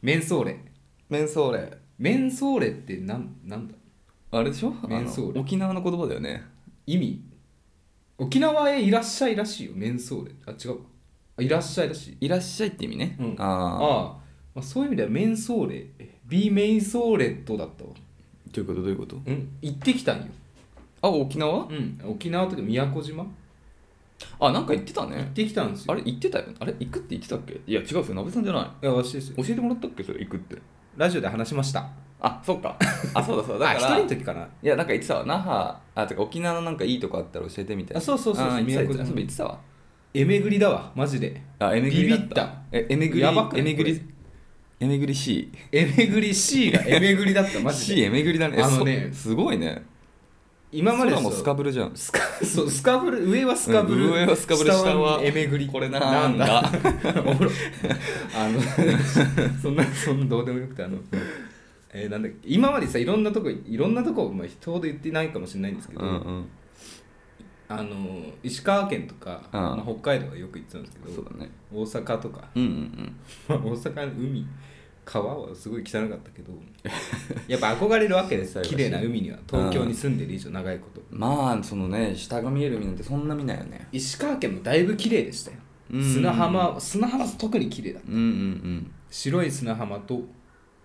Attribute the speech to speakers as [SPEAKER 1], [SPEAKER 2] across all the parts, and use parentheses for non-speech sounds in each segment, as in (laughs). [SPEAKER 1] メンソーレ
[SPEAKER 2] メンソーレ
[SPEAKER 1] メンソーレってなんなんだ
[SPEAKER 3] あれでしょあ
[SPEAKER 1] メンソール
[SPEAKER 3] の沖縄の言葉だよね
[SPEAKER 1] 意味沖縄へいらっしゃいらしいよメンソーレあ違うかあいらっしゃいらしい
[SPEAKER 3] いらっしゃいって意味ね、
[SPEAKER 1] うん
[SPEAKER 3] ああ
[SPEAKER 1] ああ、まあ、そういう意味ではメンソーレえビメイソーレットだったわ
[SPEAKER 3] どういうことどういうこと
[SPEAKER 1] うん行ってきたんよ
[SPEAKER 3] あ沖縄
[SPEAKER 1] うん沖縄とか宮古島
[SPEAKER 3] あなんか言ってた
[SPEAKER 1] 行っ
[SPEAKER 3] ね
[SPEAKER 1] てきたんですよ
[SPEAKER 3] あれ言ってたよあれ行くって言ってたっけいや違うっすよなべさんじゃない
[SPEAKER 1] いや私ですよ
[SPEAKER 3] 教えてもらったっけそれ行くって
[SPEAKER 1] ラジオで話しました
[SPEAKER 3] あそ
[SPEAKER 1] (laughs)
[SPEAKER 3] っか (laughs) あそうだそうだ
[SPEAKER 1] あ
[SPEAKER 3] だ
[SPEAKER 1] 一
[SPEAKER 3] か
[SPEAKER 1] 人
[SPEAKER 3] ら
[SPEAKER 1] の
[SPEAKER 3] い
[SPEAKER 1] 時かな
[SPEAKER 3] やなんか言ってたわ那覇あてか沖縄のなんかいいとこあったら教えてみたいな
[SPEAKER 1] あそうそうそうそう
[SPEAKER 3] あー言ってた
[SPEAKER 1] 宮古島
[SPEAKER 3] 言ってたそう言ってたわ
[SPEAKER 1] えめぐりだわマジで
[SPEAKER 3] あえめぐりだ
[SPEAKER 1] ビビった
[SPEAKER 3] ええめぐり
[SPEAKER 1] やばくない
[SPEAKER 3] えめぐ
[SPEAKER 1] こ
[SPEAKER 3] りえめぐり C
[SPEAKER 1] えめぐり C がえめぐりだったマジ
[SPEAKER 3] C
[SPEAKER 1] で
[SPEAKER 3] えめぐりだねえ
[SPEAKER 1] あのね
[SPEAKER 3] そすごいね
[SPEAKER 1] 今まで
[SPEAKER 3] 空も
[SPEAKER 1] そう
[SPEAKER 3] スカブルじゃん
[SPEAKER 1] スカ (laughs) そうスカブル上はスカブル、
[SPEAKER 3] うん上はスカブル下は
[SPEAKER 1] えめぐり
[SPEAKER 3] これな
[SPEAKER 1] なんだ
[SPEAKER 3] なんだ
[SPEAKER 1] おもろあの (laughs) そんなそんなどうでもよくてあのえーなんだっけ今までさいろんなとこいろんなとこまあ人ほど言ってないかもしれないんですけど、
[SPEAKER 3] (laughs) うんうん
[SPEAKER 1] あの石川県とか、
[SPEAKER 3] うん
[SPEAKER 1] まあ、北海道はよく行ってたんですけ
[SPEAKER 3] そう
[SPEAKER 1] ど
[SPEAKER 3] だね
[SPEAKER 1] 大阪とか、 (laughs)
[SPEAKER 3] うんうんうん
[SPEAKER 1] まあ、大阪の海川はすごい汚かったけどやっぱ憧れるわけ
[SPEAKER 3] (laughs)
[SPEAKER 1] ですよ綺麗な海には東京に住んでる以上長いこと、
[SPEAKER 3] まあそのね下が見える海なんてそんな見ないよね
[SPEAKER 1] 石川県もだいぶ綺麗でしたよ
[SPEAKER 3] うん
[SPEAKER 1] 砂浜砂浜特に綺麗だ
[SPEAKER 3] うんうん
[SPEAKER 1] 白い砂浜と、ま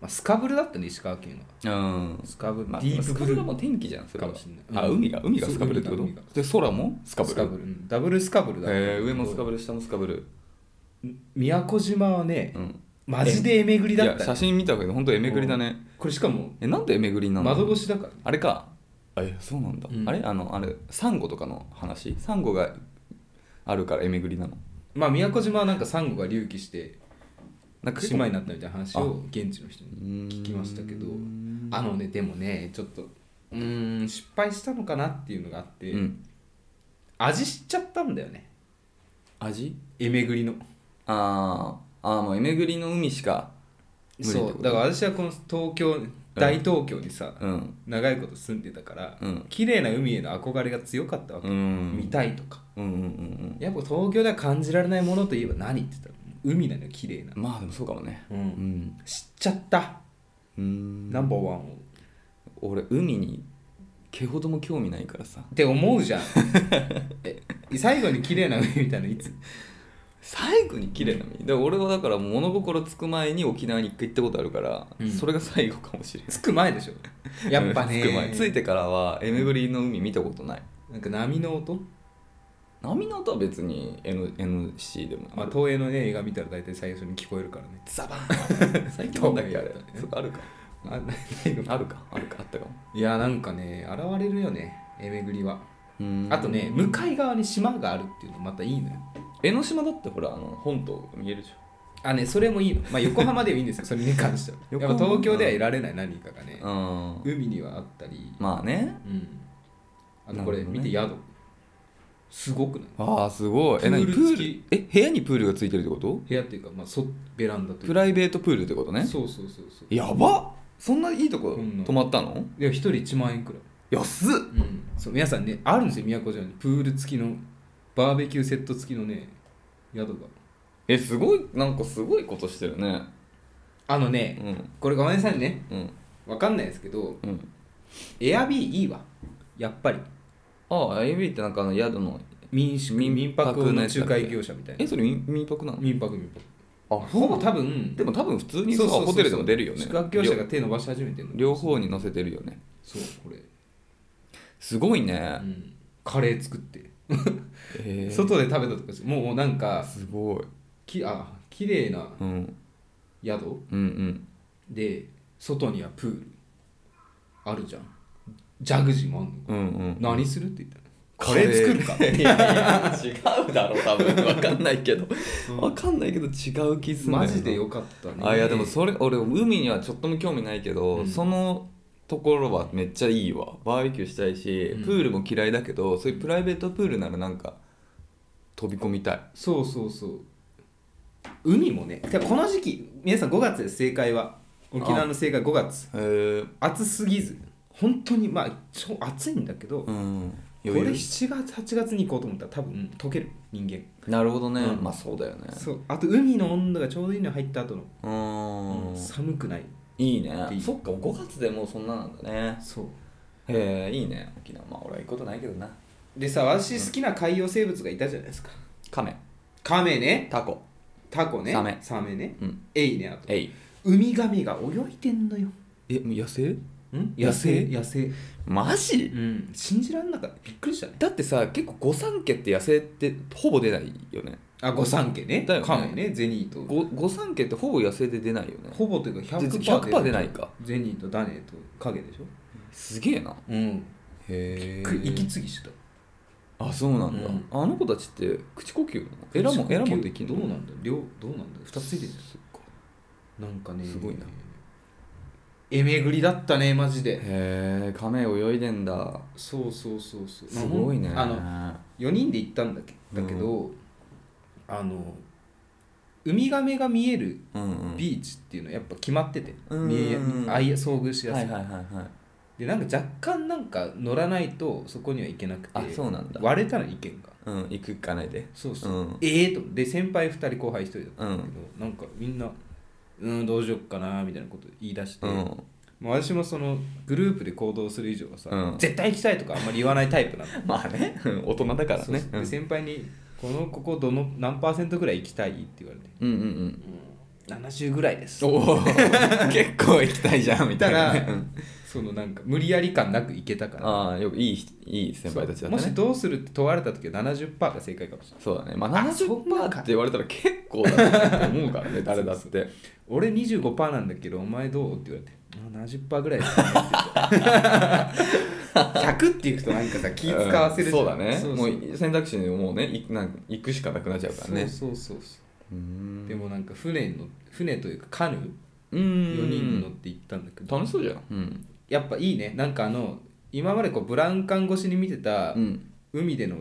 [SPEAKER 1] あ、スカブルだったね石川県は
[SPEAKER 3] うんうん
[SPEAKER 1] スカブル、
[SPEAKER 3] まあ、
[SPEAKER 1] ディー
[SPEAKER 3] ス
[SPEAKER 1] プ
[SPEAKER 3] カ
[SPEAKER 1] ブ
[SPEAKER 3] ブ
[SPEAKER 1] ル
[SPEAKER 3] ル
[SPEAKER 1] ー
[SPEAKER 3] も天気じゃんそれは
[SPEAKER 1] かもしれない
[SPEAKER 3] あ
[SPEAKER 1] うん
[SPEAKER 3] 海が海がスカブルってこと
[SPEAKER 1] そう海が
[SPEAKER 3] で空もスカブル
[SPEAKER 1] スカブル、うんダブルスカブルだったんだ
[SPEAKER 3] え
[SPEAKER 1] けど
[SPEAKER 3] ー上もスカブル下もスカブル、
[SPEAKER 1] 宮古島はね、
[SPEAKER 3] うん、
[SPEAKER 1] マジでえめぐり
[SPEAKER 3] い
[SPEAKER 1] だ
[SPEAKER 3] や
[SPEAKER 1] ったね、
[SPEAKER 3] 写真見たけど本当えめぐりだね
[SPEAKER 1] これしかも
[SPEAKER 3] えなんでえめぐりなの
[SPEAKER 1] 窓越しだから
[SPEAKER 3] あれかあえそうなんだ、
[SPEAKER 1] うん
[SPEAKER 3] あれあのあれサンゴとかの話サンゴがあるからえめぐりなの
[SPEAKER 1] まあ宮古島はなんかサンゴが隆起して
[SPEAKER 3] なんか
[SPEAKER 1] 島になったみたいな話を現地の人に聞
[SPEAKER 3] 聞
[SPEAKER 1] きましたけどあのねでもねちょっとうーん失敗したのかなっていうのがあって、
[SPEAKER 3] うん
[SPEAKER 1] 味知っちゃったんだよね
[SPEAKER 3] 味
[SPEAKER 1] えめぐりの
[SPEAKER 3] あーあーもうえめぐりの海しか無理って
[SPEAKER 1] そ
[SPEAKER 3] こと
[SPEAKER 1] うだから私はこの東京大東京にさ、
[SPEAKER 3] うん
[SPEAKER 1] 長いこと住んでたから、
[SPEAKER 3] うん
[SPEAKER 1] 綺麗な海への憧れが強かったわけ、
[SPEAKER 3] うん
[SPEAKER 1] 見たいとか
[SPEAKER 3] うんうんうん
[SPEAKER 1] やっぱ東京では感じられないものといえば何って言ったら海なのよ綺麗な
[SPEAKER 3] う、んまあでもそうかもね
[SPEAKER 1] うん
[SPEAKER 3] うん
[SPEAKER 1] 知っちゃった、
[SPEAKER 3] うん
[SPEAKER 1] ナンバーワンを
[SPEAKER 3] 俺海に毛ほども興味ないからさ
[SPEAKER 1] って思うじ
[SPEAKER 3] (laughs)
[SPEAKER 1] ゃんえ最後に綺麗な海みたいなのいつ
[SPEAKER 3] 最後に綺麗な海で俺はだからもう物心つく前に沖縄に一回行ったことあるから、
[SPEAKER 1] うん
[SPEAKER 3] それが最後かもしれない
[SPEAKER 1] 着く前でしょやっぱね
[SPEAKER 3] 着く前着いてからはえめぐりの海見たことない
[SPEAKER 1] なんか波の音、
[SPEAKER 3] 波の音は別に N- NC でも
[SPEAKER 1] ま
[SPEAKER 3] あ
[SPEAKER 1] あ、
[SPEAKER 3] る
[SPEAKER 1] 東映の、ね、映画見たら大体最初に聞こえるからね
[SPEAKER 3] ザバーン (laughs) 最近なんだっけあれ
[SPEAKER 1] 東映
[SPEAKER 3] そこあるか
[SPEAKER 1] あ
[SPEAKER 3] あるかあるかあったかも
[SPEAKER 1] いやなんかね現れるよねえめぐりは
[SPEAKER 3] うん
[SPEAKER 1] あとね向かい側に島があるっていうのまたいいのよ
[SPEAKER 3] 江ノ島だってほらあの本島が見えるでしょ
[SPEAKER 1] あねそれもいいのまあ横浜ではいいん
[SPEAKER 3] (laughs)
[SPEAKER 1] ですよそれに関しては
[SPEAKER 3] 横
[SPEAKER 1] やっ
[SPEAKER 3] 浜
[SPEAKER 1] ぱ東京ではいられない何かがね
[SPEAKER 3] うん
[SPEAKER 1] 海にはあったり
[SPEAKER 3] まあね
[SPEAKER 1] うんあとこれ
[SPEAKER 3] なるほど
[SPEAKER 1] 見
[SPEAKER 3] ね
[SPEAKER 1] て宿すごくない
[SPEAKER 3] ああすごいえ何
[SPEAKER 1] プ
[SPEAKER 3] プ
[SPEAKER 1] ール
[SPEAKER 3] ー
[SPEAKER 1] 付き
[SPEAKER 3] ルえ部屋にプールがついてるってこと
[SPEAKER 1] 部屋っていうかまあそベランダという
[SPEAKER 3] プ
[SPEAKER 1] か
[SPEAKER 3] ライベートプールってことね
[SPEAKER 1] そうそうそうそう
[SPEAKER 3] やばっそんないいとこ
[SPEAKER 1] こんな
[SPEAKER 3] 泊まったの
[SPEAKER 1] いや一人1万円くらい
[SPEAKER 3] 安っ
[SPEAKER 1] うんそう皆さんねあるんですよ宮古島にプール付きのバーベキューセット付きのね宿が
[SPEAKER 3] えすごいなんかすごいことしてるね
[SPEAKER 1] あの
[SPEAKER 3] う
[SPEAKER 1] ね
[SPEAKER 3] ん
[SPEAKER 1] これごめんなさいね
[SPEAKER 3] うん
[SPEAKER 1] わかんないですけど
[SPEAKER 3] うん
[SPEAKER 1] エアビーいいわやっぱり
[SPEAKER 3] ああ AB ってなんかあの宿の
[SPEAKER 1] 民宿
[SPEAKER 3] 民
[SPEAKER 1] 民泊の
[SPEAKER 3] のやつだ
[SPEAKER 1] 仲
[SPEAKER 3] っけ
[SPEAKER 1] 介業者みたいな
[SPEAKER 3] えそれ民民泊なの
[SPEAKER 1] 民泊民泊
[SPEAKER 3] あ
[SPEAKER 1] ほぼ多分
[SPEAKER 3] でも多分普通に
[SPEAKER 1] そ
[SPEAKER 3] さ
[SPEAKER 1] うそうそうそう
[SPEAKER 3] ホテルでも出るよね
[SPEAKER 1] 宿泊業者が手伸ばし始めてるの
[SPEAKER 3] 両両方に載せてるよね
[SPEAKER 1] そうこれ、
[SPEAKER 3] すごいうね、
[SPEAKER 1] ん、カレー作って
[SPEAKER 3] えー
[SPEAKER 1] 外で食べたとかですもうなんか
[SPEAKER 3] すごい、
[SPEAKER 1] きあ綺麗な
[SPEAKER 3] うん、
[SPEAKER 1] 宿
[SPEAKER 3] うんうん
[SPEAKER 1] で外にはプールあるじゃんジャグジーもあんの
[SPEAKER 3] うんうん
[SPEAKER 1] 何するって言ったら
[SPEAKER 3] カ
[SPEAKER 1] カ
[SPEAKER 3] レ
[SPEAKER 1] レ
[SPEAKER 3] ー
[SPEAKER 1] ー作るか
[SPEAKER 3] いやいや違うだろ多分分かんないけど分かんないけど違う気すんだよ
[SPEAKER 1] マ
[SPEAKER 3] な
[SPEAKER 1] ジでよかったね
[SPEAKER 3] あいやでもそれ俺海にはちょっとも興味ないけど、
[SPEAKER 1] うん
[SPEAKER 3] そのところはめっちゃいいわバーベキューしたいし、
[SPEAKER 1] うん
[SPEAKER 3] プールも嫌いだけどそういうプライベートプールならなんか飛び込みたい
[SPEAKER 1] そうそうそう海もねてかこの時期皆さん5月です正解は沖縄の正解5月
[SPEAKER 3] へえ
[SPEAKER 1] 暑すぎず本当にまあ超暑いんだけど、こ
[SPEAKER 3] うん
[SPEAKER 1] れ
[SPEAKER 3] 余裕
[SPEAKER 1] 7月8月に行こうと思ったら多分溶ける人間、
[SPEAKER 3] なるほどね、
[SPEAKER 1] うん
[SPEAKER 3] まあそうだよね
[SPEAKER 1] そうあと海の温度がちょうどいいの入った後の、
[SPEAKER 3] うーん
[SPEAKER 1] 最寒くない
[SPEAKER 3] いいね
[SPEAKER 1] いい
[SPEAKER 3] そっか5月でもうそんななんだね
[SPEAKER 1] そう
[SPEAKER 3] へえいいね沖縄まあ俺は行くことないけどな
[SPEAKER 1] でさ私好きな海洋生物がいたじゃないですか
[SPEAKER 3] カメ
[SPEAKER 1] カメね
[SPEAKER 3] タコ
[SPEAKER 1] タコね
[SPEAKER 3] サメ
[SPEAKER 1] サメね
[SPEAKER 3] うん
[SPEAKER 1] エイねあと
[SPEAKER 3] エイ
[SPEAKER 1] ウミガメが泳いでんのよ
[SPEAKER 3] えもう野生
[SPEAKER 1] ん
[SPEAKER 3] 野生
[SPEAKER 1] 野生
[SPEAKER 3] マジ
[SPEAKER 1] うん信じらんなかったびっくりしたね
[SPEAKER 3] だってさ結構御三家って野生ってほぼ出ないよね
[SPEAKER 1] あ御三家ね
[SPEAKER 3] だよね
[SPEAKER 1] カメねゼニーと
[SPEAKER 3] ご御三家ってほぼ野生で出ないよね
[SPEAKER 1] ほぼというか100%
[SPEAKER 3] で100%出ないか
[SPEAKER 1] ゼニーとダネーと影でしょ
[SPEAKER 3] すげえな
[SPEAKER 1] うん
[SPEAKER 3] へ
[SPEAKER 1] く息継ぎしてた
[SPEAKER 3] あそうなんだ、
[SPEAKER 1] うん
[SPEAKER 3] あの子たちって口呼吸なのエラもエラもできんの
[SPEAKER 1] どうなんだ両どうなんだ2つついてるじ
[SPEAKER 3] そっか
[SPEAKER 1] ゃんなんかね
[SPEAKER 3] すごいな
[SPEAKER 1] えめぐりだったねマジで
[SPEAKER 3] へえ亀泳いでんだ
[SPEAKER 1] そうそうそうそう
[SPEAKER 3] すごいね
[SPEAKER 1] あの4人で行ったんだけだけど、あのウミガメが見える
[SPEAKER 3] うんうん
[SPEAKER 1] ビーチっていうのはやっぱ決まってて、
[SPEAKER 3] うん
[SPEAKER 1] 見えあい遭遇しや
[SPEAKER 3] は
[SPEAKER 1] すい、
[SPEAKER 3] いはいはいはい
[SPEAKER 1] でなんか若干なんか乗らないとそこには行けなくて
[SPEAKER 3] あそうなんだ
[SPEAKER 1] 割れたの意見が
[SPEAKER 3] うん行く行かないで
[SPEAKER 1] そう
[SPEAKER 3] う
[SPEAKER 1] そう、
[SPEAKER 3] ん
[SPEAKER 1] ええと思ってで先輩2人後輩1人だったんだけど、なんかみんなうんどうしよっかなみたいなこと言い出して、
[SPEAKER 3] うん
[SPEAKER 1] まあ私もそのグループで行動する以上はさ、
[SPEAKER 3] うん
[SPEAKER 1] 絶対行きたいとかあんまり言わないタイプなの
[SPEAKER 3] まあねうん大人だから
[SPEAKER 1] そう
[SPEAKER 3] ね
[SPEAKER 1] そう
[SPEAKER 3] う
[SPEAKER 1] で
[SPEAKER 3] ん
[SPEAKER 1] 先輩に「このここどの何パーセントぐらい行きたい?」って言われて
[SPEAKER 3] うんうん
[SPEAKER 1] 「70ぐらいです
[SPEAKER 3] うん」おお
[SPEAKER 1] (laughs)
[SPEAKER 3] 結構行きたいじゃんみたいなね
[SPEAKER 1] 行ったら
[SPEAKER 3] うん
[SPEAKER 1] (laughs) そのなんか無理やり感なく行けたから
[SPEAKER 3] ああよくいい人いい先輩たちだっ
[SPEAKER 1] そ
[SPEAKER 3] た
[SPEAKER 1] うもし
[SPEAKER 3] ね
[SPEAKER 1] どうするって問われた時は70%が正解かもしれない
[SPEAKER 3] そうだねまあ
[SPEAKER 1] そんな
[SPEAKER 3] 70%
[SPEAKER 1] か
[SPEAKER 3] って言われたら結構だなって思
[SPEAKER 1] (laughs)
[SPEAKER 3] うからね誰だって
[SPEAKER 1] 俺25%なんだけどお前どうって言われてあ70%ぐらい
[SPEAKER 3] (laughs)
[SPEAKER 1] ですねって言って100っていくとなんかさ気使わせる
[SPEAKER 3] うん
[SPEAKER 1] じゃん
[SPEAKER 3] そうだね
[SPEAKER 1] そうそう
[SPEAKER 3] もう選択肢にもうねいなんか行くしかなくなっちゃうからね
[SPEAKER 1] そうそうそうそううんでもなんか船の船というかカヌー
[SPEAKER 3] うん
[SPEAKER 1] 4人乗って行ったんだけど
[SPEAKER 3] 楽しそうじゃんうん、
[SPEAKER 1] やっぱいいねなんかあの今までこうブラウン管越しに見てた
[SPEAKER 3] うん、
[SPEAKER 1] 海での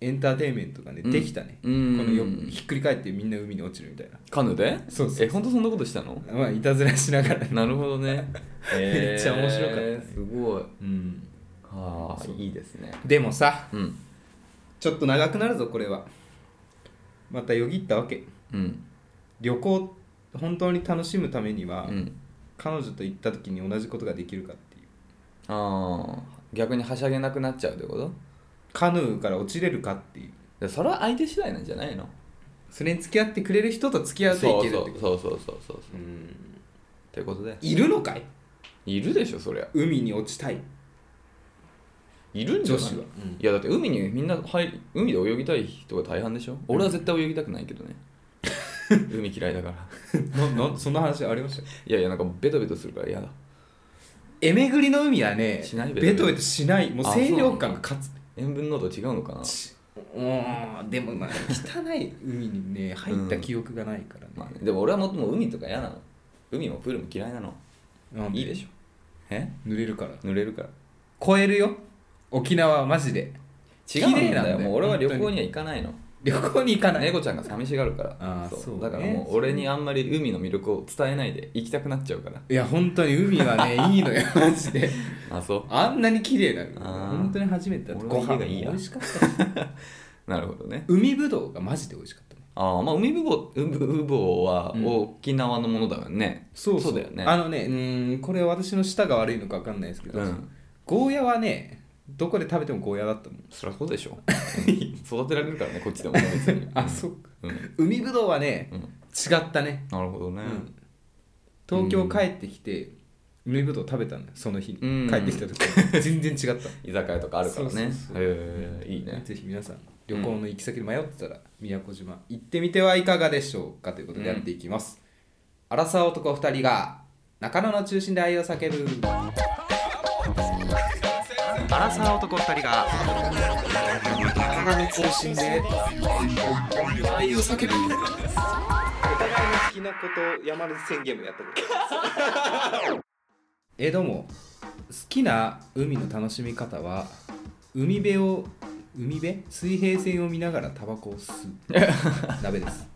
[SPEAKER 1] エンターテインメントがね、
[SPEAKER 3] うん
[SPEAKER 1] できたね、
[SPEAKER 3] うん
[SPEAKER 1] このよひっくり返ってみんな海に落ちるみたい
[SPEAKER 3] カヌーで
[SPEAKER 1] そうそうそう
[SPEAKER 3] え本当そんなことし
[SPEAKER 1] (laughs)
[SPEAKER 3] たの
[SPEAKER 1] なまあいたずらしながらね
[SPEAKER 3] なるほどね
[SPEAKER 1] (laughs) めっちゃ面白かったね
[SPEAKER 3] えーすごい
[SPEAKER 1] うん
[SPEAKER 3] はあ
[SPEAKER 1] そう
[SPEAKER 3] いいですね
[SPEAKER 1] でもさ
[SPEAKER 3] うん
[SPEAKER 1] ちょっと長くなるぞこれはまたよぎったわけ
[SPEAKER 3] うん
[SPEAKER 1] 旅行本当に楽しむためには、
[SPEAKER 3] うん
[SPEAKER 1] 彼女と行った時に同じことができるかっていう
[SPEAKER 3] ああ逆にはしゃげなくなっちゃうってこと
[SPEAKER 1] カヌーから落ちれるかっていう
[SPEAKER 3] でそれは相手次第なんじゃないの
[SPEAKER 1] それに付き合ってくれる人と付き合う
[SPEAKER 3] そ
[SPEAKER 1] と
[SPEAKER 3] う
[SPEAKER 1] いける
[SPEAKER 3] そ
[SPEAKER 1] っ
[SPEAKER 3] う
[SPEAKER 1] てこと
[SPEAKER 3] そうそうそうそう
[SPEAKER 1] う
[SPEAKER 3] っ
[SPEAKER 1] ん
[SPEAKER 3] てことで
[SPEAKER 1] いるのかい
[SPEAKER 3] いるでしょそりゃ
[SPEAKER 1] 海に落ちたい
[SPEAKER 3] いるんじゃ
[SPEAKER 1] 女
[SPEAKER 3] ない
[SPEAKER 1] 子は、
[SPEAKER 3] いやだって海にみんな入り海で泳ぎたい人が大半でしょ俺は絶対泳ぎたくないけどね海嫌いだから
[SPEAKER 1] うん、 (laughs) ななそんな話ありました
[SPEAKER 3] いやいやなんかベトベトするから嫌だ
[SPEAKER 1] えめぐりの海はね
[SPEAKER 3] しない
[SPEAKER 1] ベ
[SPEAKER 3] ベ
[SPEAKER 1] ト
[SPEAKER 3] ト
[SPEAKER 1] ベ
[SPEAKER 3] ベ
[SPEAKER 1] ト
[SPEAKER 3] ト
[SPEAKER 1] しないもう
[SPEAKER 3] あ
[SPEAKER 1] 清涼感が勝つ
[SPEAKER 3] 塩分濃度違うのかな
[SPEAKER 1] うーんでもまあ汚い海にね入った記憶がないからね,、
[SPEAKER 3] まあね、でも俺はもっともう海とか嫌なの海もプールも嫌いなの
[SPEAKER 1] なん
[SPEAKER 3] いいでしょえ
[SPEAKER 1] 濡れるから
[SPEAKER 3] 濡れるから
[SPEAKER 1] 超えるよ沖縄はマジで
[SPEAKER 3] 違うんだ
[SPEAKER 1] 綺麗
[SPEAKER 3] よ
[SPEAKER 1] なんだよ
[SPEAKER 3] もう俺は旅行
[SPEAKER 1] 本
[SPEAKER 3] には行かないの
[SPEAKER 1] 旅行に行かない、
[SPEAKER 3] 猫ちゃんが寂しがるから
[SPEAKER 1] あーそうね
[SPEAKER 3] だからもう俺にあんまり海の魅力を伝えないで行きたくなっちゃうから
[SPEAKER 1] いや本当に海はねいいのよ (laughs) マジで
[SPEAKER 3] あそう
[SPEAKER 1] あんなに綺麗なの
[SPEAKER 3] あー
[SPEAKER 1] 本当に初めてだったご飯
[SPEAKER 3] 俺は家
[SPEAKER 1] も
[SPEAKER 3] がいい
[SPEAKER 1] 美
[SPEAKER 3] や
[SPEAKER 1] 味しかったし
[SPEAKER 3] (laughs) なるほどね
[SPEAKER 1] 海ぶどうがマジで美味しかったね
[SPEAKER 3] ああまあ海ぶぼうぶうぼうは
[SPEAKER 1] うん
[SPEAKER 3] 沖縄のものだよね、そうだよね
[SPEAKER 1] あのねうーんこれ私の舌が悪いのか分かんないですけど、
[SPEAKER 3] うん
[SPEAKER 1] ゴーヤはねどこで食べてもゴーヤだったもん
[SPEAKER 3] そりゃそうでし
[SPEAKER 1] (laughs)
[SPEAKER 3] ょうん育てられるからねこっちでも別に
[SPEAKER 1] あそっか
[SPEAKER 3] うん、
[SPEAKER 1] 海ぶどうはね
[SPEAKER 3] うん、
[SPEAKER 1] 違ったね、
[SPEAKER 3] なるほどね、
[SPEAKER 1] うん東京帰ってきて海ぶどう食べたのよその日に、
[SPEAKER 3] うん
[SPEAKER 1] 帰ってきた時全然違った
[SPEAKER 3] 居酒屋とかあるから
[SPEAKER 1] そ
[SPEAKER 3] ね
[SPEAKER 1] うそうそう
[SPEAKER 3] へえいいね
[SPEAKER 1] ぜひ皆さん旅行の行き先で迷ってたら、宮古島行ってみてはいかがでしょうかということでやっていきます、荒沢男2人が中野の中心で愛を叫ぶ荒沢男2人が中野の中心で愛を叫ぶお互いの好きなことを山根宣言もやったこと (laughs) えーどうも好きな海の楽しみ方は海辺を海辺水平線を見ながらタバコを吸うダメです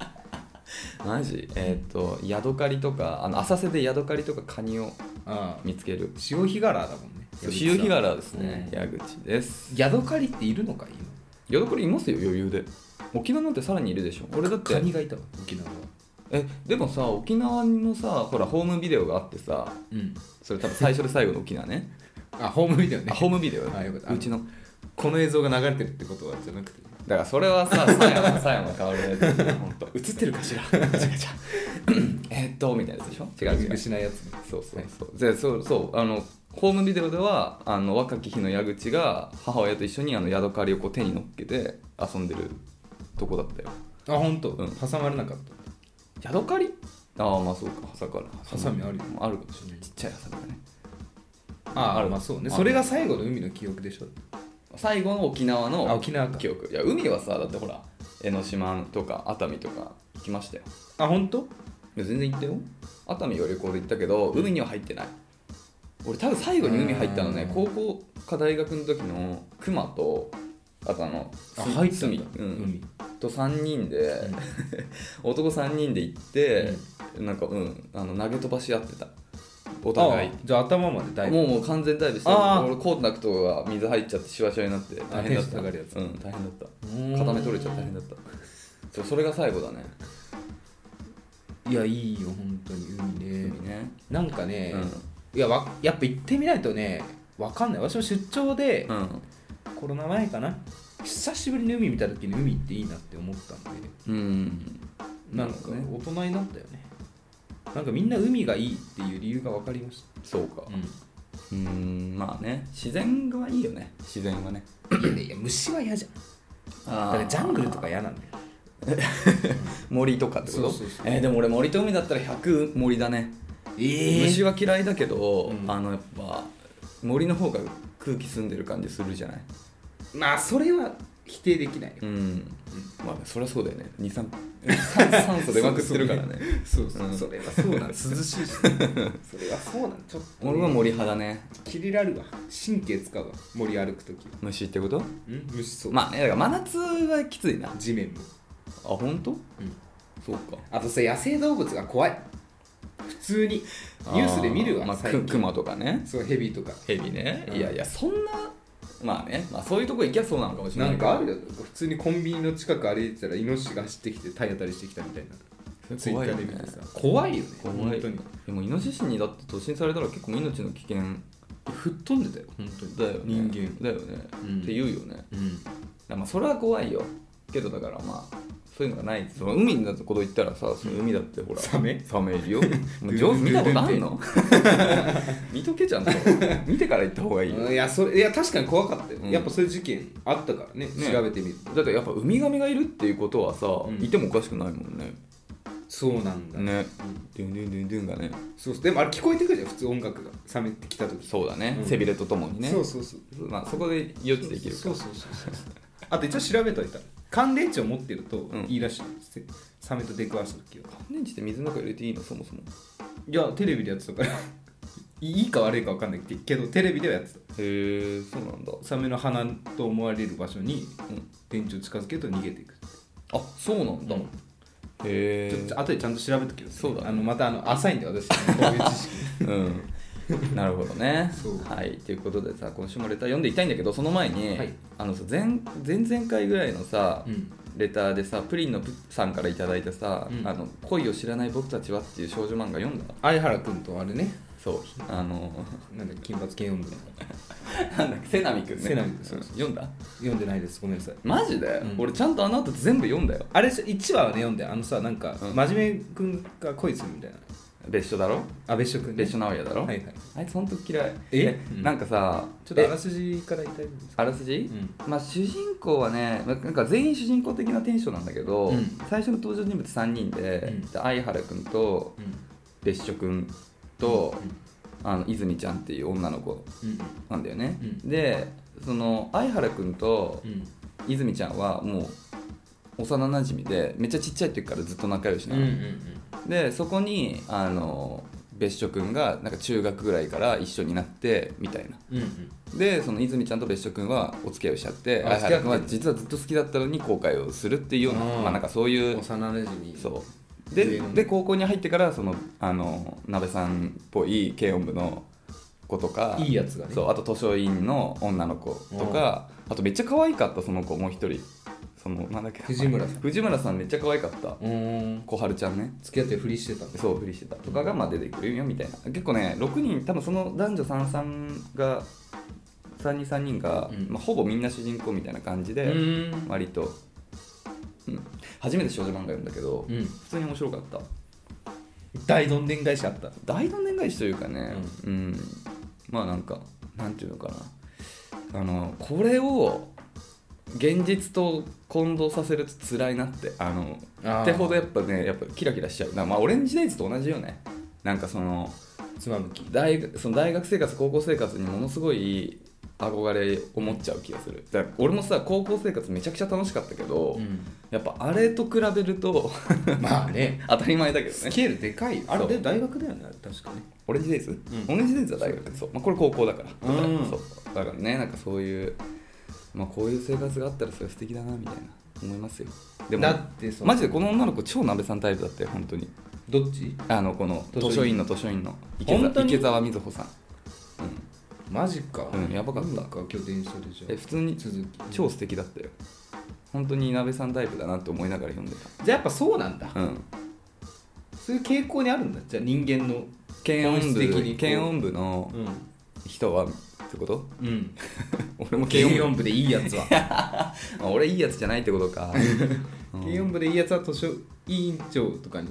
[SPEAKER 3] マジえっ、とヤドカリとかあの浅瀬でヤドカリとかカニを
[SPEAKER 1] ああ
[SPEAKER 3] 見つける
[SPEAKER 1] 潮干柄だもんね
[SPEAKER 3] 潮干柄ですね、
[SPEAKER 1] うん
[SPEAKER 3] 矢口です
[SPEAKER 1] ヤドカリっているのか今
[SPEAKER 3] ヤドカリいますよ余裕で沖縄なんてさらにいるでしょ俺だって
[SPEAKER 1] カニがいたわ沖縄は
[SPEAKER 3] えでもさ沖縄のさほらホームビデオがあってさ
[SPEAKER 1] うん
[SPEAKER 3] それ多分最初で最後の沖縄ね
[SPEAKER 1] あホームビデオね
[SPEAKER 3] あホームビデオ
[SPEAKER 1] あよかった
[SPEAKER 3] うちの
[SPEAKER 1] この映像が流れてるってことはじゃなくて
[SPEAKER 3] だからそれはさ佐山佐山薫のやつだよほんと映ってるかしら (laughs) 違う違うえーっとみたいなやつでしょ違う違う
[SPEAKER 1] しないやつね
[SPEAKER 3] そうそうそうでそうそうあのホームビデオではあの若き日の矢口が母親と一緒にあのヤドカリをこう手に乗っけて遊んでるとこだったよ
[SPEAKER 1] あ本当、
[SPEAKER 3] うん
[SPEAKER 1] 挟まれなかっ
[SPEAKER 3] ヤドカリああまあそうかハサから
[SPEAKER 1] ハサミあるよ
[SPEAKER 3] あるかもしれないちっちゃいハサミだね
[SPEAKER 1] たあ
[SPEAKER 3] あ
[SPEAKER 1] あ
[SPEAKER 3] る
[SPEAKER 1] まあそう
[SPEAKER 3] あ
[SPEAKER 1] ね
[SPEAKER 3] る
[SPEAKER 1] それが最後の海の記憶でしょ
[SPEAKER 3] 最後の沖縄
[SPEAKER 1] あ
[SPEAKER 3] の
[SPEAKER 1] 沖縄か
[SPEAKER 3] 記憶いや海はさだってほら江ノ島とか熱海とか行きましたよ
[SPEAKER 1] あ本当
[SPEAKER 3] いや全然行ったよ熱海は旅行で行ったけど海には入ってない俺多分最後に海入ったのね
[SPEAKER 1] うん
[SPEAKER 3] 高校か大学の時の熊とあとあの
[SPEAKER 1] あ
[SPEAKER 3] す
[SPEAKER 1] 入ったん
[SPEAKER 3] すみ
[SPEAKER 1] だ、
[SPEAKER 3] うん
[SPEAKER 1] 海
[SPEAKER 3] と3人で、 (laughs) 男3人で行って、なんかうんあの投げ飛ばし合ってたお互い
[SPEAKER 1] あじゃあ頭までだいぶ
[SPEAKER 3] もうもう完全ダイブして
[SPEAKER 1] あー
[SPEAKER 3] 俺コンタクトが水入っちゃってシワシワになって大変だ
[SPEAKER 1] テンシ
[SPEAKER 3] っ
[SPEAKER 1] ョン
[SPEAKER 3] た
[SPEAKER 1] 上がるやつ
[SPEAKER 3] うん大変だった
[SPEAKER 1] 固
[SPEAKER 3] 固め取れちゃって大変だったそうそれが最後だね
[SPEAKER 1] いやいいよ本当に海ね、
[SPEAKER 3] 海ね
[SPEAKER 1] なんかね、
[SPEAKER 3] うん
[SPEAKER 1] いやわやっぱ行ってみないとねわかんない私も出張で、
[SPEAKER 3] うん
[SPEAKER 1] コロナ前かな久しぶりに海見た時に海っていいなって思ったんで
[SPEAKER 3] うん
[SPEAKER 1] なんか
[SPEAKER 3] なる
[SPEAKER 1] 大人になったよねなんかみんな海がいいっていう理由が分かりまし
[SPEAKER 3] そう
[SPEAKER 1] た、
[SPEAKER 3] かうーんまあね自然がいいよね自然はね
[SPEAKER 1] いやいや虫は嫌じゃんだ
[SPEAKER 3] あ
[SPEAKER 1] からジャングルとか嫌なんだよ
[SPEAKER 3] 森とかってこと
[SPEAKER 1] そうそうそう
[SPEAKER 3] えーでも俺森と海だったら100森だね、
[SPEAKER 1] え
[SPEAKER 3] 虫は嫌いだけど、
[SPEAKER 1] うん
[SPEAKER 3] あのやっぱ森の方が空気澄んでる感じするじゃない
[SPEAKER 1] まあそれは否定できないよ
[SPEAKER 3] うん、まあそりゃそうだよね
[SPEAKER 1] (laughs)
[SPEAKER 3] 二酸酸酸素出まくってるからね
[SPEAKER 1] そうそう、
[SPEAKER 3] うん
[SPEAKER 1] それはそうなん涼しいし、 (laughs) それはそうなんちょっと、
[SPEAKER 3] 俺は森派だね
[SPEAKER 1] 切りらるわ神経使うわ森歩く時
[SPEAKER 3] 虫ってこと
[SPEAKER 1] うん虫そう、
[SPEAKER 3] まあねだから真夏はきついなあ
[SPEAKER 1] 地面も、
[SPEAKER 3] 本当そうか
[SPEAKER 1] あとさ野生動物が怖い普通にニュースで見るわ
[SPEAKER 3] あーまあ
[SPEAKER 1] 最
[SPEAKER 3] く
[SPEAKER 1] 近
[SPEAKER 3] クマとかね
[SPEAKER 1] そうヘビとか
[SPEAKER 3] ヘビね、
[SPEAKER 1] うん
[SPEAKER 3] いやいやそんなまあね、まあ、そういうとこ行きゃそうなのかもしれな
[SPEAKER 1] ないん
[SPEAKER 3] けど
[SPEAKER 1] かあるよ普通にコンビニの近く歩いてたらイノシシが走ってきて体当たりしてきたみたいなツイッ
[SPEAKER 3] 怖い
[SPEAKER 1] ター
[SPEAKER 3] よ
[SPEAKER 1] で
[SPEAKER 3] ね
[SPEAKER 1] 見てさ怖いよね
[SPEAKER 3] 怖
[SPEAKER 1] 本
[SPEAKER 3] い
[SPEAKER 1] 当に
[SPEAKER 3] でもイノシシにだって突進されたら結構命の危険
[SPEAKER 1] 吹っ飛んでたよ本当に
[SPEAKER 3] だよね
[SPEAKER 1] 人間
[SPEAKER 3] だよね、
[SPEAKER 1] うん
[SPEAKER 3] って言うよねだか
[SPEAKER 1] うん
[SPEAKER 3] らまあそれは怖いよけどだからまあそういうのがないその海のこと言ったらさその海だってほら
[SPEAKER 1] サメ
[SPEAKER 3] サメ
[SPEAKER 1] (laughs)
[SPEAKER 3] いるよもう上手見たことあんの (laughs) 見とけちゃんと見てから行った方がいいよ
[SPEAKER 1] うんいやそれいや確かに怖かったよ、
[SPEAKER 3] うん
[SPEAKER 1] やっぱそういう事件あったからね
[SPEAKER 3] ね
[SPEAKER 1] 調べてみると
[SPEAKER 3] だってやっぱウミガメがいるっていうことはさ、
[SPEAKER 1] ん
[SPEAKER 3] いてもおかしくないもんね
[SPEAKER 1] そうなんだ、
[SPEAKER 3] ねドゥンドゥンドゥンドゥンがね
[SPEAKER 1] そうでもあれ聞こえてくるじゃん普通音楽が冷めてきた時
[SPEAKER 3] そうだね、
[SPEAKER 1] うん
[SPEAKER 3] 背びれとともにね
[SPEAKER 1] そうそうそう
[SPEAKER 3] まあ、そこで予知できるか
[SPEAKER 1] そうそうそうそうあと一応調べといた乾電池を持ってると
[SPEAKER 3] ん
[SPEAKER 1] いいらしい、せサメと出くわした時は
[SPEAKER 3] 乾電池って水の中入れていいのそもそも
[SPEAKER 1] いやテレビでやってたからいいか悪いか分かんないけどテレビではやってた
[SPEAKER 3] へえそうなんだ
[SPEAKER 1] サメの鼻と思われる場所に
[SPEAKER 3] うん
[SPEAKER 1] 電池を近づけると逃げていく
[SPEAKER 3] あそうなんだ、
[SPEAKER 1] うん
[SPEAKER 3] へえ
[SPEAKER 1] ちょっと後でちゃんと調べときます、
[SPEAKER 3] そうだね
[SPEAKER 1] あのまたあの浅いんで私こういう知識
[SPEAKER 3] うんなるほどね
[SPEAKER 1] そう
[SPEAKER 3] はいということでさ今週もレター読んでいきたいんだけどその前に、
[SPEAKER 1] はい
[SPEAKER 3] あのさ前前々回ぐらいのさ、
[SPEAKER 1] うん
[SPEAKER 3] レターでさプリンのプさんからいただいたさ、
[SPEAKER 1] うん
[SPEAKER 3] あの「恋を知らない僕たちは」っていう少女漫画読んだ
[SPEAKER 1] 相原君とあれね
[SPEAKER 3] そうあの
[SPEAKER 1] なんだっけ金髪系読んで
[SPEAKER 3] なんだっけ瀬波君ね
[SPEAKER 1] 瀬波君そうそう
[SPEAKER 3] 読んだ
[SPEAKER 1] 読んでないですごめんなさい
[SPEAKER 3] マジで、
[SPEAKER 1] うん
[SPEAKER 3] 俺ちゃんとあの後全部読んだよ
[SPEAKER 1] あれ1話はね読んであのさなんか、
[SPEAKER 3] うん
[SPEAKER 1] 真面目君が恋するみたいな
[SPEAKER 3] 別所だろ
[SPEAKER 1] あ別所君ね
[SPEAKER 3] 別所直哉だろ、
[SPEAKER 1] はいはい
[SPEAKER 3] あいつ本当嫌い
[SPEAKER 1] え
[SPEAKER 3] で
[SPEAKER 1] うん
[SPEAKER 3] なんかさ
[SPEAKER 1] ちょっとあら
[SPEAKER 3] え
[SPEAKER 1] すじから言いたいんですか
[SPEAKER 3] あらすじ、まあ、主人公はねまあなんか全員主人公的なテンションなんだけど、
[SPEAKER 1] うん
[SPEAKER 3] 最初の登場人物3人で,で、
[SPEAKER 1] うん
[SPEAKER 3] 相原君と別所君と、あの泉ちゃんっていう女の子
[SPEAKER 1] うん
[SPEAKER 3] なんだよね、
[SPEAKER 1] う
[SPEAKER 3] でその相原君と
[SPEAKER 1] うん
[SPEAKER 3] 泉ちゃんはもう幼なじみでめっちゃちっちゃい時からずっと仲良しな
[SPEAKER 1] うんう
[SPEAKER 3] の、
[SPEAKER 1] ん
[SPEAKER 3] でそこにあの別所君がなんか中学ぐらいから一緒になってみたいな
[SPEAKER 1] うんうん
[SPEAKER 3] でその泉ちゃんと別所君はお付き合いをしちゃって
[SPEAKER 1] あ
[SPEAKER 3] 相原君は
[SPEAKER 1] 付
[SPEAKER 3] 実はずっと好きだったのに後悔をするっていうような
[SPEAKER 1] うん
[SPEAKER 3] まあなんかそういう
[SPEAKER 1] 幼なじみ
[SPEAKER 3] そうで
[SPEAKER 1] 上の
[SPEAKER 3] で高校に入ってからそのあの鍋さんっぽい軽音部の子とか
[SPEAKER 1] いいやつがね
[SPEAKER 3] そうあと図書委員の女の子とかあとめっちゃ可愛かったその子もう一人そのなんだっけ
[SPEAKER 1] 藤村さん
[SPEAKER 3] 藤村さんめっちゃ可愛かった
[SPEAKER 1] うん
[SPEAKER 3] 小春ちゃんね
[SPEAKER 1] 付き合ってふりしてたん
[SPEAKER 3] そうふりしてたとかがまあ出てくるよみたいな結構ね6人多分その男女33が323人が、
[SPEAKER 1] うん
[SPEAKER 3] まあ、ほぼみんな主人公みたいな感じで、
[SPEAKER 1] ん
[SPEAKER 3] 割と、うん、初めて少女漫画読んだけど、
[SPEAKER 1] うん
[SPEAKER 3] 普通に面白かった
[SPEAKER 1] 大どんでん返しあった
[SPEAKER 3] 大どんでん返しというかね、うんまあなんかなんていうのかなあのこれを現実と混同させると辛いなってあの
[SPEAKER 1] あー
[SPEAKER 3] ってほどやっぱねやっぱキラキラしちゃうなまあオレンジデイズと同じよねなんかその
[SPEAKER 1] つまむき
[SPEAKER 3] 大学その大学生活高校生活にものすごい憧れを持っちゃう気がするだから俺もさ高校生活めちゃくちゃ楽しかったけど、やっぱあれと比べると (laughs)
[SPEAKER 1] まあね
[SPEAKER 3] 当たり前だけ
[SPEAKER 1] (laughs)
[SPEAKER 3] ど
[SPEAKER 1] ス
[SPEAKER 3] ね
[SPEAKER 1] ケールでかいよあ
[SPEAKER 3] そ
[SPEAKER 1] れ
[SPEAKER 3] う
[SPEAKER 1] で大学だよね確かね
[SPEAKER 3] オレンジデイズ、
[SPEAKER 1] ん
[SPEAKER 3] オレンジデイズは大学そう、まあ、これ高校だから、
[SPEAKER 1] うん
[SPEAKER 3] そうだからねなんかそういう、まあ、こういう生活があったらそれは素敵だなみたいな思いますよでも
[SPEAKER 1] だってその
[SPEAKER 3] マジでこの女の子超鍋さんタイプだって本当に
[SPEAKER 1] どっち
[SPEAKER 3] あのこの
[SPEAKER 1] 図
[SPEAKER 3] 図
[SPEAKER 1] 書
[SPEAKER 3] 書
[SPEAKER 1] 委員
[SPEAKER 3] 委員の図書委員の池
[SPEAKER 1] 本当
[SPEAKER 3] 澤
[SPEAKER 1] に
[SPEAKER 3] 池澤瑞穂さん、うん、
[SPEAKER 1] マジか
[SPEAKER 3] うんやばかった
[SPEAKER 1] なんか今日電車でじゃ
[SPEAKER 3] え
[SPEAKER 1] あ
[SPEAKER 3] 普通に
[SPEAKER 1] 続き
[SPEAKER 3] 超素敵だったよ本当に鍋さんタイプだなって思いながら読んで
[SPEAKER 1] じゃあやっぱそうなんだ
[SPEAKER 3] たうん
[SPEAKER 1] そういう傾向にあるんだじゃあ人間の
[SPEAKER 3] 検
[SPEAKER 1] 本
[SPEAKER 3] 温
[SPEAKER 1] 質
[SPEAKER 3] 部
[SPEAKER 1] 的にこう
[SPEAKER 3] 検温部の人はってこと (laughs)
[SPEAKER 1] うんうん
[SPEAKER 3] 俺も
[SPEAKER 1] 軽
[SPEAKER 3] 検温
[SPEAKER 1] 音部でいいやつは
[SPEAKER 3] 部あ俺いいやつじゃないってことか、うん
[SPEAKER 1] (laughs) 軽音部でいいやつは図書委員長とかに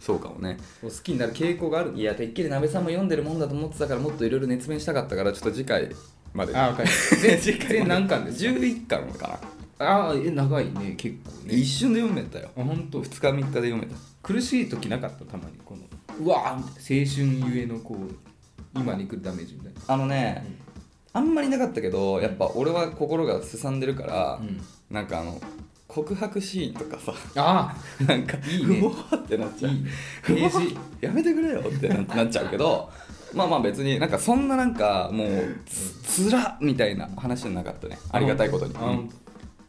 [SPEAKER 3] そうかもね
[SPEAKER 1] お好きになる傾向がある
[SPEAKER 3] いやてっきり鍋さんも読んでるもんだと思ってたからもっといろいろ熱弁したかったからちょっと次回まで
[SPEAKER 1] あわかりました (laughs) 全
[SPEAKER 3] 次回まで
[SPEAKER 1] 全何巻ですか
[SPEAKER 3] 11巻か
[SPEAKER 1] ああえ長いね結構
[SPEAKER 3] な
[SPEAKER 1] ね
[SPEAKER 3] 一瞬で読めたよ
[SPEAKER 1] あ本当
[SPEAKER 3] 2日3日で読めた
[SPEAKER 1] 苦しい時なかったたまにこのうわーみたいな青春ゆえのこう今に来るダメージみたいな
[SPEAKER 3] あのね、あんまりなかったけどやっぱ俺は心がすさんでるから、
[SPEAKER 1] うん
[SPEAKER 3] なんかあの告白シーンとかさ (laughs)
[SPEAKER 1] あ
[SPEAKER 3] なんか
[SPEAKER 1] いいね
[SPEAKER 3] うおーってなっち
[SPEAKER 1] あ
[SPEAKER 3] ゃう
[SPEAKER 1] いいね
[SPEAKER 3] うおー
[SPEAKER 1] ページ
[SPEAKER 3] やめてくれよってななっちゃうけど (laughs) まあまあ別になんかそんななんかもうつつらっみたいな話じゃなかったねありがたいことに、
[SPEAKER 1] あ
[SPEAKER 3] うん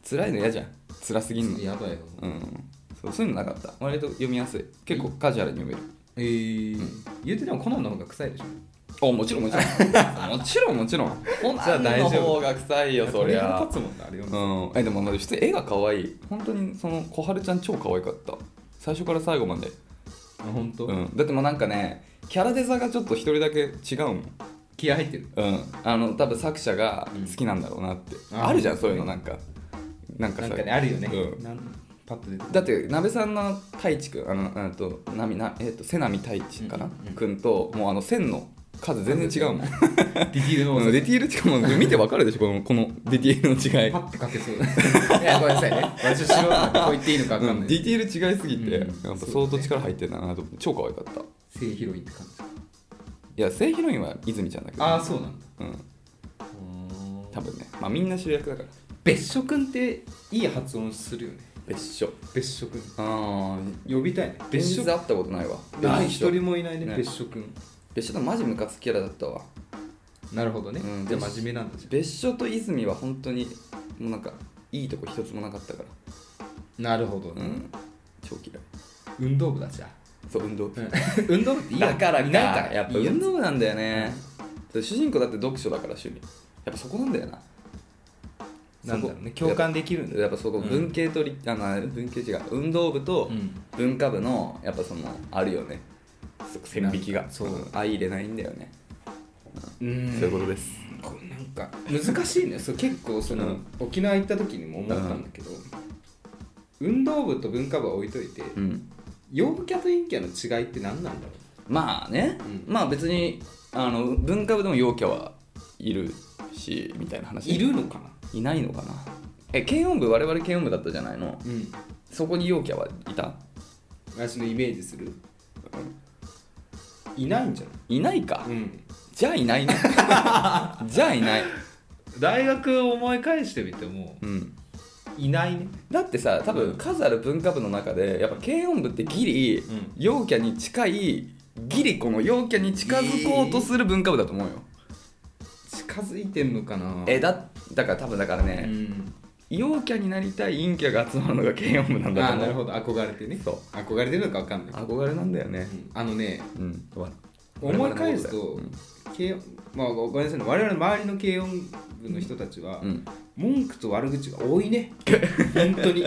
[SPEAKER 3] 辛いの嫌じゃん辛すぎんの
[SPEAKER 1] やばいよ
[SPEAKER 3] うんそうそういうのなかった割と読みやすい結構カジュアルに読める
[SPEAKER 1] えー言うてでもコナンの方が臭いでしょ
[SPEAKER 3] おもちろんもち (laughs) ろんもちろんもちろんコナンの方が臭いよそ
[SPEAKER 1] 鳥
[SPEAKER 3] りゃ
[SPEAKER 1] 肌立つもんなあれ読む
[SPEAKER 3] うんえでもまあ普通に絵が可愛い本当にその小春ちゃん超可愛かった最初から最後まで、
[SPEAKER 1] あ本当、
[SPEAKER 3] うん、だってもうなんかねキャラデザがちょっと一人だけ違うもん
[SPEAKER 1] 気合入ってる
[SPEAKER 3] うん、あの多分作者が好きなんだろうなって、
[SPEAKER 1] うん
[SPEAKER 3] あるじゃんそういうのなんかなんか
[SPEAKER 1] な
[SPEAKER 3] さ
[SPEAKER 1] んかねあるよね、
[SPEAKER 3] うん
[SPEAKER 1] なんパッと出てくる
[SPEAKER 3] だってなべさんの太一くんあのあのとなみなえっ、と瀬波太一かな、
[SPEAKER 1] うんうん
[SPEAKER 3] くんともうあの線の数全然違うも
[SPEAKER 1] デ
[SPEAKER 3] ん、
[SPEAKER 1] ィティールの多
[SPEAKER 3] う
[SPEAKER 1] さ
[SPEAKER 3] ん、ディティールってもう見てわかるでしょこのこのディティールの違い
[SPEAKER 1] パッとかけそう (laughs) いやごめんなさいね私素人なんでこう言っていいのか分かん
[SPEAKER 3] う
[SPEAKER 1] なんい
[SPEAKER 3] デ
[SPEAKER 1] で
[SPEAKER 3] ィティール違いすぎて、
[SPEAKER 1] うん
[SPEAKER 3] やっぱ相当力入ってるんだなと思って超可愛かったい
[SPEAKER 1] す正ヒロインって感じ
[SPEAKER 3] や正ヒロインは泉ちゃんだけど
[SPEAKER 1] ああそうなんだ
[SPEAKER 3] うん多分ねまあみんな主役だから
[SPEAKER 1] 別所君っていい発音するよね
[SPEAKER 3] 別所
[SPEAKER 1] 別所君
[SPEAKER 3] ああ
[SPEAKER 1] 呼びたいね
[SPEAKER 3] 別
[SPEAKER 1] 別
[SPEAKER 3] 所
[SPEAKER 1] 所
[SPEAKER 3] 会ったことないわ
[SPEAKER 1] ない
[SPEAKER 3] 別
[SPEAKER 1] 一
[SPEAKER 3] 所
[SPEAKER 1] 人もいないね
[SPEAKER 3] ね
[SPEAKER 1] 別所君
[SPEAKER 3] 別所とマジムカつキャラだったわ
[SPEAKER 1] なるほどね、
[SPEAKER 3] うん
[SPEAKER 1] じゃあ真面目なんだじ
[SPEAKER 3] 別所と泉は本当にもうなんかいいとこ一つもなかったから
[SPEAKER 1] ゃんなるほど、
[SPEAKER 3] う
[SPEAKER 1] ね
[SPEAKER 3] ん超嫌い
[SPEAKER 1] 運動部だじゃあ
[SPEAKER 3] そう運動部
[SPEAKER 1] 運動部っていいや
[SPEAKER 3] だから
[SPEAKER 1] い
[SPEAKER 3] い
[SPEAKER 1] ない
[SPEAKER 3] な
[SPEAKER 1] か
[SPEAKER 3] いかららやっぱ
[SPEAKER 1] いいや
[SPEAKER 3] 運動部なんだよねそう主人公だって読書だから趣味やっぱそこなんだよな
[SPEAKER 1] つなんだろうね共感できるんだ
[SPEAKER 3] やっぱそこ
[SPEAKER 1] うん
[SPEAKER 3] 文系とり、あの文系違う運動部と
[SPEAKER 1] うん
[SPEAKER 3] 文化部のやっぱそのあるよねそこ線引き
[SPEAKER 1] なん
[SPEAKER 3] が
[SPEAKER 1] かそうん
[SPEAKER 3] 相入れないんだよね
[SPEAKER 1] うん
[SPEAKER 3] そういうことです
[SPEAKER 1] こうなんか難しいねそう結構その、
[SPEAKER 3] うん
[SPEAKER 1] 沖縄行った時にも思ったんだけど、運動部と文化部は置いといて
[SPEAKER 3] うん
[SPEAKER 1] 陽キャと陰キャの違いって何なんだろ
[SPEAKER 3] まあね、
[SPEAKER 1] うん
[SPEAKER 3] まあ別にあの文化部でも陽キャはいるしみたいな
[SPEAKER 1] う
[SPEAKER 3] 話
[SPEAKER 1] いるのかない
[SPEAKER 3] ないのかなえ軽音部我々軽音部だったじゃないの
[SPEAKER 1] うん
[SPEAKER 3] そこに陽キャはいた
[SPEAKER 1] 私のイメージする、いないんじゃ
[SPEAKER 3] いないか、
[SPEAKER 1] ない、うん、
[SPEAKER 3] じゃあいない
[SPEAKER 1] (laughs)
[SPEAKER 3] ねじゃあいない、
[SPEAKER 1] 大学を思い返してみても
[SPEAKER 3] うん、
[SPEAKER 1] いないね
[SPEAKER 3] だってさ多
[SPEAKER 1] うん
[SPEAKER 3] 分数ある文化部の中でやっぱ軽音部ってギリ、
[SPEAKER 1] ん
[SPEAKER 3] 陽キャに近いギリこの陽キャに近づこうとする文化部だと思うよ、
[SPEAKER 1] 近づいてんのかな
[SPEAKER 3] えだだから多分だから
[SPEAKER 1] う
[SPEAKER 3] ね、
[SPEAKER 1] ん
[SPEAKER 3] 陽キャになりたい陰キャが集まるのが軽音部なんだ
[SPEAKER 1] あ
[SPEAKER 3] と
[SPEAKER 1] あ
[SPEAKER 3] 思う
[SPEAKER 1] なるほど憧れてね
[SPEAKER 3] そう
[SPEAKER 1] 憧れてるのか分かんないけど
[SPEAKER 3] 憧れなんだよね
[SPEAKER 1] うんあのね
[SPEAKER 3] うん、わ
[SPEAKER 1] 思い返すと
[SPEAKER 3] うん
[SPEAKER 1] 軽音まあごめんなさいね我々の周りの軽音の人たちは、
[SPEAKER 3] うん
[SPEAKER 1] 文句と悪口が多い
[SPEAKER 3] (laughs)
[SPEAKER 1] ね本当に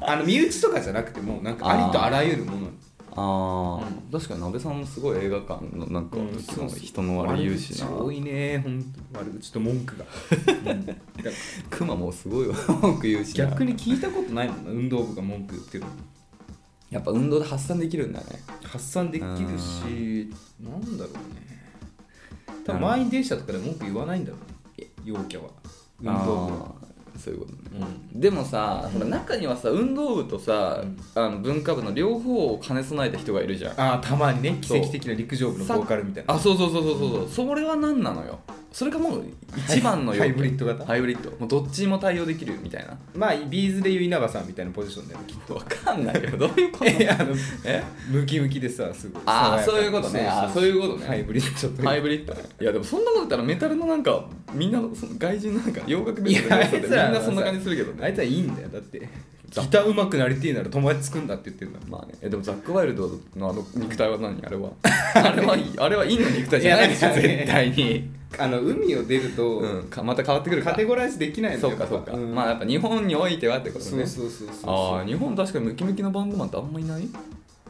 [SPEAKER 1] あの身内とかじゃなくてもうなんかありとあらゆるものに
[SPEAKER 3] ああ、
[SPEAKER 1] う
[SPEAKER 3] 確かに鍋さんもすごい映画館のなんか、
[SPEAKER 4] うん
[SPEAKER 3] その人の悪い言うしな
[SPEAKER 1] 悪口多いね本当悪口と文句が、うんだから
[SPEAKER 3] クマもすごい文句言うしな
[SPEAKER 1] 逆に聞いたことないもんな運動部が文句言ってるの
[SPEAKER 3] やっぱ運動で発散できるんだね
[SPEAKER 1] 発散できるしなんだろうね多分満員電車とかで文句言わないんだろうね陽キャは運動部は
[SPEAKER 3] あーそういうことね
[SPEAKER 1] うん
[SPEAKER 3] でもさ、ほら中にはさ運動部とさ、
[SPEAKER 1] うん
[SPEAKER 3] あの文化部の両方を兼ね備えた人がいるじゃん
[SPEAKER 1] ああたまにね
[SPEAKER 3] そ
[SPEAKER 1] 奇
[SPEAKER 3] う
[SPEAKER 1] 跡的な陸上部のボーカルみたいな
[SPEAKER 3] あそうそうそうそうそう、うそれは何なのよそれがもう一番の要
[SPEAKER 1] ハ
[SPEAKER 3] 件
[SPEAKER 1] イブリッド型
[SPEAKER 3] ハイブリッドもうどっちにも対応できるみたいな
[SPEAKER 1] まあビーズでいう稲葉さんみたいなポジションだ
[SPEAKER 3] (laughs)
[SPEAKER 1] よねきっ
[SPEAKER 3] わかんない
[SPEAKER 1] (laughs)
[SPEAKER 3] よどういうこと
[SPEAKER 1] といやあの
[SPEAKER 3] え
[SPEAKER 1] ムキムキでさすごい
[SPEAKER 3] あー
[SPEAKER 1] 爽やか
[SPEAKER 3] そういうことねあーそういうことね
[SPEAKER 1] ハイブリッドという
[SPEAKER 3] ハイブリッドねいやでもそんなこと言ったらメタルのなんかみんなその外人のなんか洋楽ベースのやつでみ
[SPEAKER 1] いやあい
[SPEAKER 3] ん
[SPEAKER 1] つらは
[SPEAKER 3] なそんな感じするけど
[SPEAKER 1] あ
[SPEAKER 3] ね
[SPEAKER 1] いつはいいんだよだってギター上手くなりてえなら友達作んだって言ってるんだ
[SPEAKER 3] まあねえでもザック・ワイルドのあの肉体は何あれ
[SPEAKER 1] (laughs)
[SPEAKER 3] はあれはいいあれはいいの肉体じゃないでしょ
[SPEAKER 1] いやなんかね
[SPEAKER 3] 絶対に、
[SPEAKER 1] あの海を出ると、
[SPEAKER 3] うん、かまた変わってくるか
[SPEAKER 1] カテゴライズできないの
[SPEAKER 3] そ
[SPEAKER 1] よ
[SPEAKER 3] うかそうか、
[SPEAKER 1] ん
[SPEAKER 3] まあやっぱ日本においてはってことね
[SPEAKER 1] そうそうそうそう
[SPEAKER 3] ああ日本確かにムキムキのバンドマンってあんまいない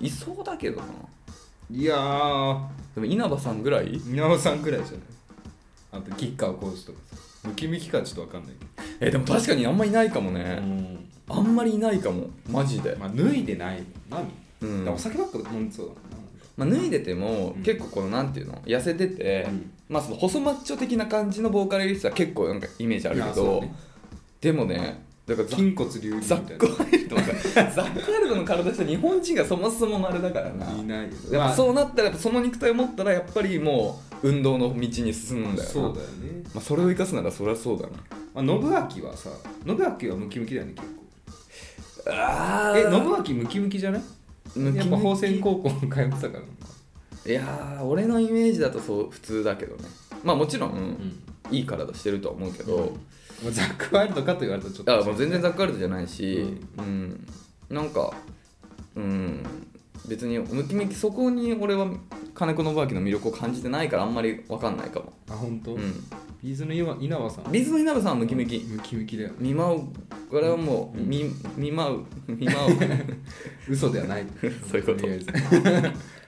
[SPEAKER 3] いそうだけどない
[SPEAKER 1] やー
[SPEAKER 3] でも稲葉さんぐらい
[SPEAKER 1] 稲尾さんくらいじゃないあと吉川浩司とかさムキムキかちょっと分かんないけ
[SPEAKER 3] えでも確かにあんまいないかも
[SPEAKER 1] ど、
[SPEAKER 3] ね、あんまりいないかもマジで、
[SPEAKER 1] まあ脱いでないもんな
[SPEAKER 3] うん
[SPEAKER 1] だからお酒ばっか飲んでそうだもんな
[SPEAKER 3] まあ、脱いでても、
[SPEAKER 1] うん
[SPEAKER 3] 結構このなんていうの痩せてて、
[SPEAKER 1] うん
[SPEAKER 3] まあその細マッチョ的な感じのボーカルリストは結構なんかイメージある
[SPEAKER 1] い
[SPEAKER 3] け
[SPEAKER 1] やそ
[SPEAKER 3] ど、
[SPEAKER 1] うね
[SPEAKER 3] でもねだからザ
[SPEAKER 1] 筋骨隆々み
[SPEAKER 3] ザ
[SPEAKER 1] た
[SPEAKER 3] ッ
[SPEAKER 1] い
[SPEAKER 3] ク・ワイルドはさザック・ワイルドの体して日本人がそもそも丸だからな
[SPEAKER 1] ないないよ
[SPEAKER 3] やっぱそうなったらやっぱその肉体を持ったらやっぱりもう運動の道に進むんだよな
[SPEAKER 1] そうだよね
[SPEAKER 3] まあ、それを生かすならそりゃそうだな
[SPEAKER 1] まあ信明はさ信明はムキムキだよね結構
[SPEAKER 3] あ
[SPEAKER 1] え
[SPEAKER 3] え
[SPEAKER 1] 信明ムキムキじゃない
[SPEAKER 3] ムキムキ
[SPEAKER 1] やっぱ宝仙高校に通ってたからなのか
[SPEAKER 3] いやー俺のイメージだとそう普通だけどねまあもちろん、いい体してるとは思うけど、
[SPEAKER 1] もうザックワイルドかと言われたらちょっ
[SPEAKER 3] だから
[SPEAKER 1] と
[SPEAKER 3] もう全然ザックワイルドじゃないし、うんなんかうん別にムキムキそこに俺は金子信明の魅力を感じてないからあんまり分かんないかも、
[SPEAKER 1] あ本当、
[SPEAKER 3] うん、
[SPEAKER 1] ビーズの稲稲葉さん
[SPEAKER 3] ビズの稲葉さんはムキムキ
[SPEAKER 1] ムキムキだよね
[SPEAKER 3] 見舞うこれはもう、
[SPEAKER 1] うん
[SPEAKER 3] み見舞う見舞 (laughs) う
[SPEAKER 1] 嘘ではない
[SPEAKER 3] (laughs) そういうこと
[SPEAKER 1] りあえず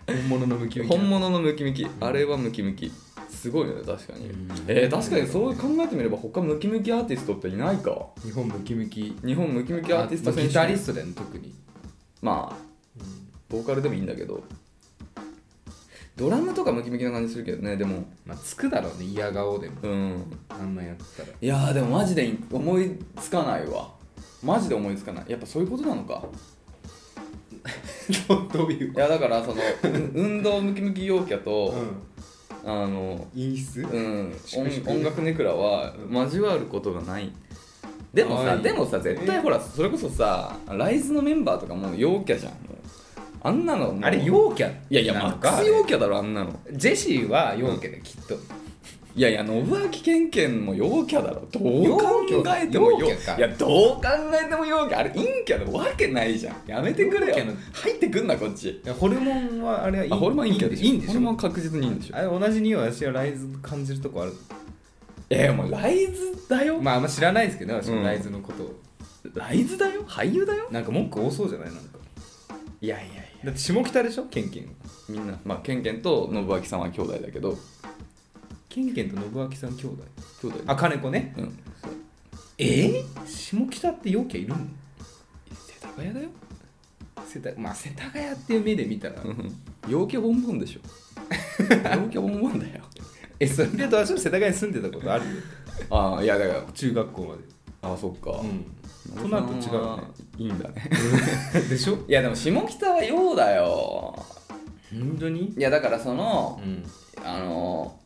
[SPEAKER 1] (laughs) 本物のムキムキ
[SPEAKER 3] 本物のムキムキあれはムキムキすごいよね確かに、
[SPEAKER 1] うん
[SPEAKER 3] えー確かにそう考えてみれば他ムキムキアーティストっていないか
[SPEAKER 1] 日本ムキムキ
[SPEAKER 3] 日本ムキムキアーティスト
[SPEAKER 1] あ
[SPEAKER 3] 選
[SPEAKER 1] ギ
[SPEAKER 3] 手
[SPEAKER 1] タリストだよね特に、
[SPEAKER 3] まあボーカルでもいいんだけどドラムとかムキムキな感じするけどねでも
[SPEAKER 1] まあつくだろうね嫌顔でも
[SPEAKER 3] うん
[SPEAKER 1] あんなんやってたら
[SPEAKER 3] いやーでもマジで思いつかないわマジで思いつかないやっぱそういうことなのか (laughs)
[SPEAKER 1] どういう
[SPEAKER 3] いやだからそのう運動ムキムキ陽キャと、
[SPEAKER 1] ん
[SPEAKER 3] あの
[SPEAKER 1] 陰質、
[SPEAKER 3] うん、
[SPEAKER 1] 粛々
[SPEAKER 3] 音音楽ネクラは
[SPEAKER 1] うん
[SPEAKER 3] 交わることがないでも
[SPEAKER 1] な
[SPEAKER 3] さ
[SPEAKER 1] い
[SPEAKER 3] でもさ絶対ほらそれこそさライズのメンバーとかもう陽キャじゃんもうあんなのもう
[SPEAKER 1] あれ陽キャ
[SPEAKER 3] いやいやマ
[SPEAKER 1] な
[SPEAKER 3] ッ
[SPEAKER 1] のか
[SPEAKER 3] クス陽キャだろあんなの
[SPEAKER 1] ジェシーは陽キャだよきっと
[SPEAKER 3] いやいや信明健健も陽キャだろどう考えても
[SPEAKER 1] 陽キ
[SPEAKER 3] 陽キ
[SPEAKER 1] ャか
[SPEAKER 3] ャいやどう考えても陽キャあれ陰キャなわけないじゃんやめてくれ
[SPEAKER 1] 陽キ
[SPEAKER 3] よ
[SPEAKER 1] ャの
[SPEAKER 3] 入ってくんなこっち
[SPEAKER 1] いやホルモンはあれはいい
[SPEAKER 3] あホルマン陰キャでしょ
[SPEAKER 1] いいんでし
[SPEAKER 3] ホルマン
[SPEAKER 1] ょ
[SPEAKER 3] 確実にいいんでしょ
[SPEAKER 1] あれ同じ匂い私はライズ感じるとこある
[SPEAKER 3] えもうライズだよ、
[SPEAKER 1] まああんま知らないですけどね私
[SPEAKER 3] う
[SPEAKER 1] も
[SPEAKER 3] ん
[SPEAKER 1] ライズのことを、
[SPEAKER 3] ライズだよ俳優だよ
[SPEAKER 1] なんか文句多そうじゃないなんか
[SPEAKER 3] いやいやいや
[SPEAKER 1] だって下北でしょケンケンは
[SPEAKER 3] みんな、まあ、ケンケンと信明さんは兄弟だけど、
[SPEAKER 1] ケンケンと信明さん兄弟
[SPEAKER 3] 兄弟
[SPEAKER 1] あ金子ね
[SPEAKER 3] うん。そう
[SPEAKER 1] えー、下北って陽キャいるの
[SPEAKER 3] 世田谷だよ。
[SPEAKER 1] 世田まあ世田谷っていう目で見たら
[SPEAKER 3] 陽気ボンボンでしょ。陽気ボンボンだ (laughs) よ。
[SPEAKER 1] えそれで私も世田谷に住んでたことあるよ
[SPEAKER 3] ああ、いや、だから、
[SPEAKER 1] 中学校まで
[SPEAKER 3] ああ、そっか。 (laughs)
[SPEAKER 1] うんとなると違うよね
[SPEAKER 3] いいんだね。
[SPEAKER 1] でしょ
[SPEAKER 3] いや、でも、下北は陽だよ。
[SPEAKER 1] 本当に
[SPEAKER 3] いや、だから、その
[SPEAKER 1] う、ん
[SPEAKER 3] あの